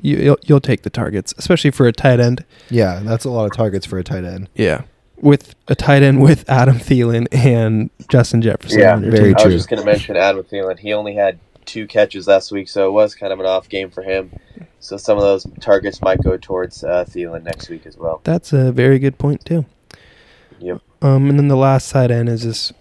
A: you, you'll you'll take the targets, especially for a tight end.
B: Yeah, that's a lot of targets for a tight end.
A: Yeah. With a tight end with Adam Thielen and Justin Jefferson.
C: Yeah,
A: on your
B: very
A: team.
C: I
B: true.
C: was just going to mention Adam Thielen. He only had two catches last week, so it was kind of an off game for him. So some of those targets might go towards uh, Thielen next week as well.
A: That's a very good point too.
C: Yep.
A: Um, and then the last tight end is this.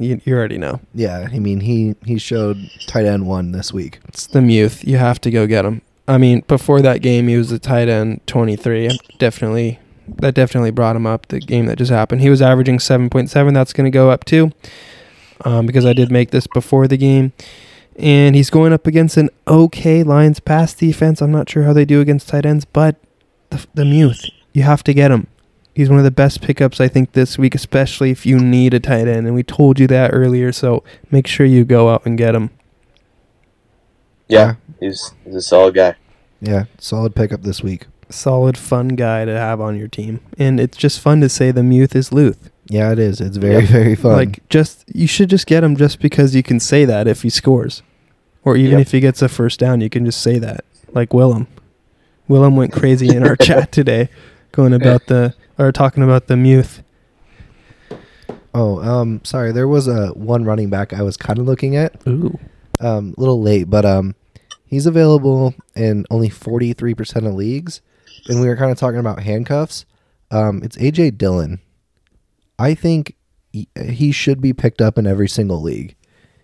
A: You, you already know
B: Yeah, I mean, he he showed tight end one this week.
A: it's the youth. You have to go get him. I mean, before that game, he was a tight end twenty three. Definitely, that definitely brought him up. The game that just happened, he was averaging seven point seven. That's going to go up too, um, because I did make this before the game. And he's going up against an okay Lions pass defense. I'm not sure how they do against tight ends, but the, the youth, you have to get him. He's one of the best pickups I think this week, especially if you need a tight end. And we told you that earlier, so make sure you go out and get him.
C: Yeah, he's, he's a solid guy.
B: Yeah, solid pickup this week.
A: Solid, fun guy to have on your team, and it's just fun to say the Muth is Luth.
B: Yeah, it is. It's very, very fun.
A: Like, just you should just get him just because you can say that if he scores, or even
C: Yep.
A: if he gets a first down, you can just say that. Like Willem, Willem went crazy in our chat today, going about the or talking about the Muth.
B: oh, um, sorry. There was a one running back I was kind of looking at.
A: Ooh,
B: um, a little late, but um, he's available in only 43% of leagues. And we were kind of talking about handcuffs. Um, it's AJ Dillon. I think he- he should be picked up in every single league.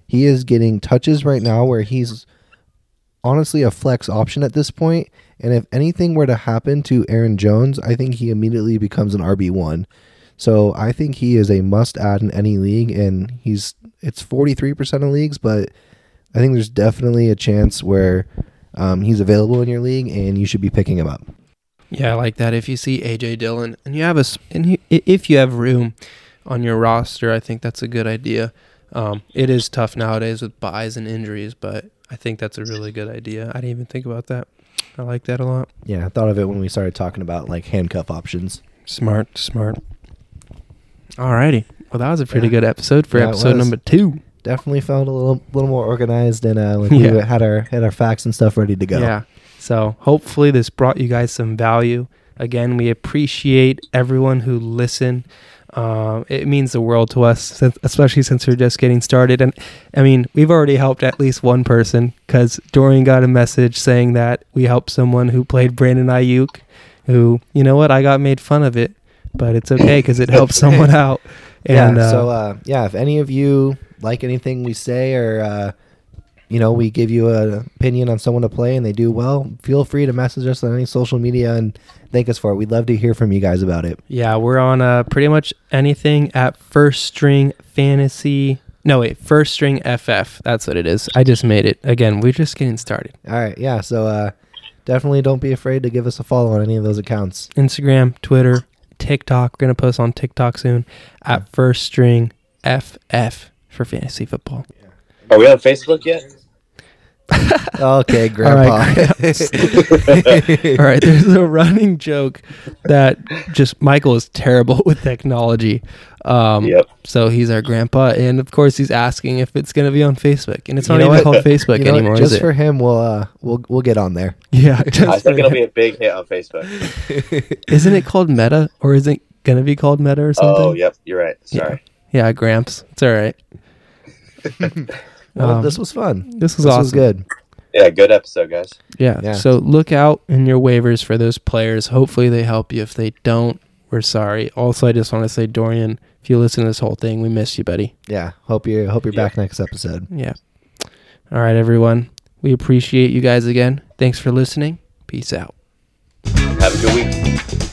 B: He is getting touches right now where he's honestly a flex option at this point. And if anything were to happen to Aaron Jones, I think he immediately becomes an RB1. So I think he is a must add in any league. And he's, it's 43% of leagues, but I think there's definitely a chance where um, he's available in your league and you should be picking him up.
A: yeah, I like that. If you see AJ Dillon and you have a s- and he, i- if you have room on your roster, I think that's a good idea. Um, it is tough nowadays with buys and injuries, but I think that's a really good idea. I didn't even think about that. I like that a lot.
B: Yeah, I thought of it when we started talking about like handcuff options.
A: Smart, smart. Alrighty. Well, that was a pretty
B: Yeah.
A: good episode for
B: Yeah, it
A: episode
B: was.
A: number two.
B: Definitely felt a little little more organized and uh, like we
A: Yeah.
B: had our had our facts and stuff ready to go.
A: Yeah. So hopefully this brought you guys some value. Again, we appreciate everyone who listened. Um, it means the world to us, since, especially since we're just getting started. And I mean, we've already helped at least one person because Dorian got a message saying that we helped someone who played Brandon Ayuk, who, you know what, I got made fun of it, but it's okay because it helped someone out.
B: Yeah,
A: And, uh,
B: so uh, yeah, if any of you like anything we say or uh, you know we give you an opinion on someone to play and they do well, feel free to message us on any social media and thank us for it. We'd love to hear from you guys about it.
A: Yeah, we're on uh, pretty much anything at first string fantasy. No, wait, first string FF. That's what it is. I just made it. Again, we're just getting started.
B: All right, yeah. So uh, definitely don't be afraid to give us a follow on any of those accounts.
A: Instagram, Twitter, TikTok. We're going to post on TikTok soon at first string FF for fantasy football.
C: Are we on Facebook yet?
B: Okay,
A: All
B: Grandpa.
A: right, All right, there's a running joke that just Michael is terrible with technology. Um,
C: Yep.
A: So he's our grandpa. And of course, he's asking if it's going to be on Facebook. And it's
B: You
A: not
B: know
A: even
B: what?
A: called Facebook
B: You know,
A: anymore,
B: just
A: is it?
B: for him, we'll uh, we'll we'll get on there.
A: yeah. Just
C: I think
A: for
C: it'll
A: him.
C: be a big hit on Facebook.
A: Isn't it called Meta or is it gonna be called Meta or something?
C: Oh, yep, you're right. Sorry.
A: Yeah, Gramps. It's all right.
B: Well,
A: Um,
B: this was fun.
A: This was
B: This
A: awesome.
B: was good.
C: Yeah, good episode, guys.
A: Yeah.
B: Yeah.
A: So look out in your waivers for those players. Hopefully they help you. If they don't, we're sorry. Also, I just want to say, Dorian, if you listen to this whole thing, we miss you, buddy.
B: Yeah. Hope you hope you're
C: Yeah.
B: back next episode.
A: Yeah. All right, everyone. We appreciate you guys again. Thanks for listening. Peace out.
C: Have a good week.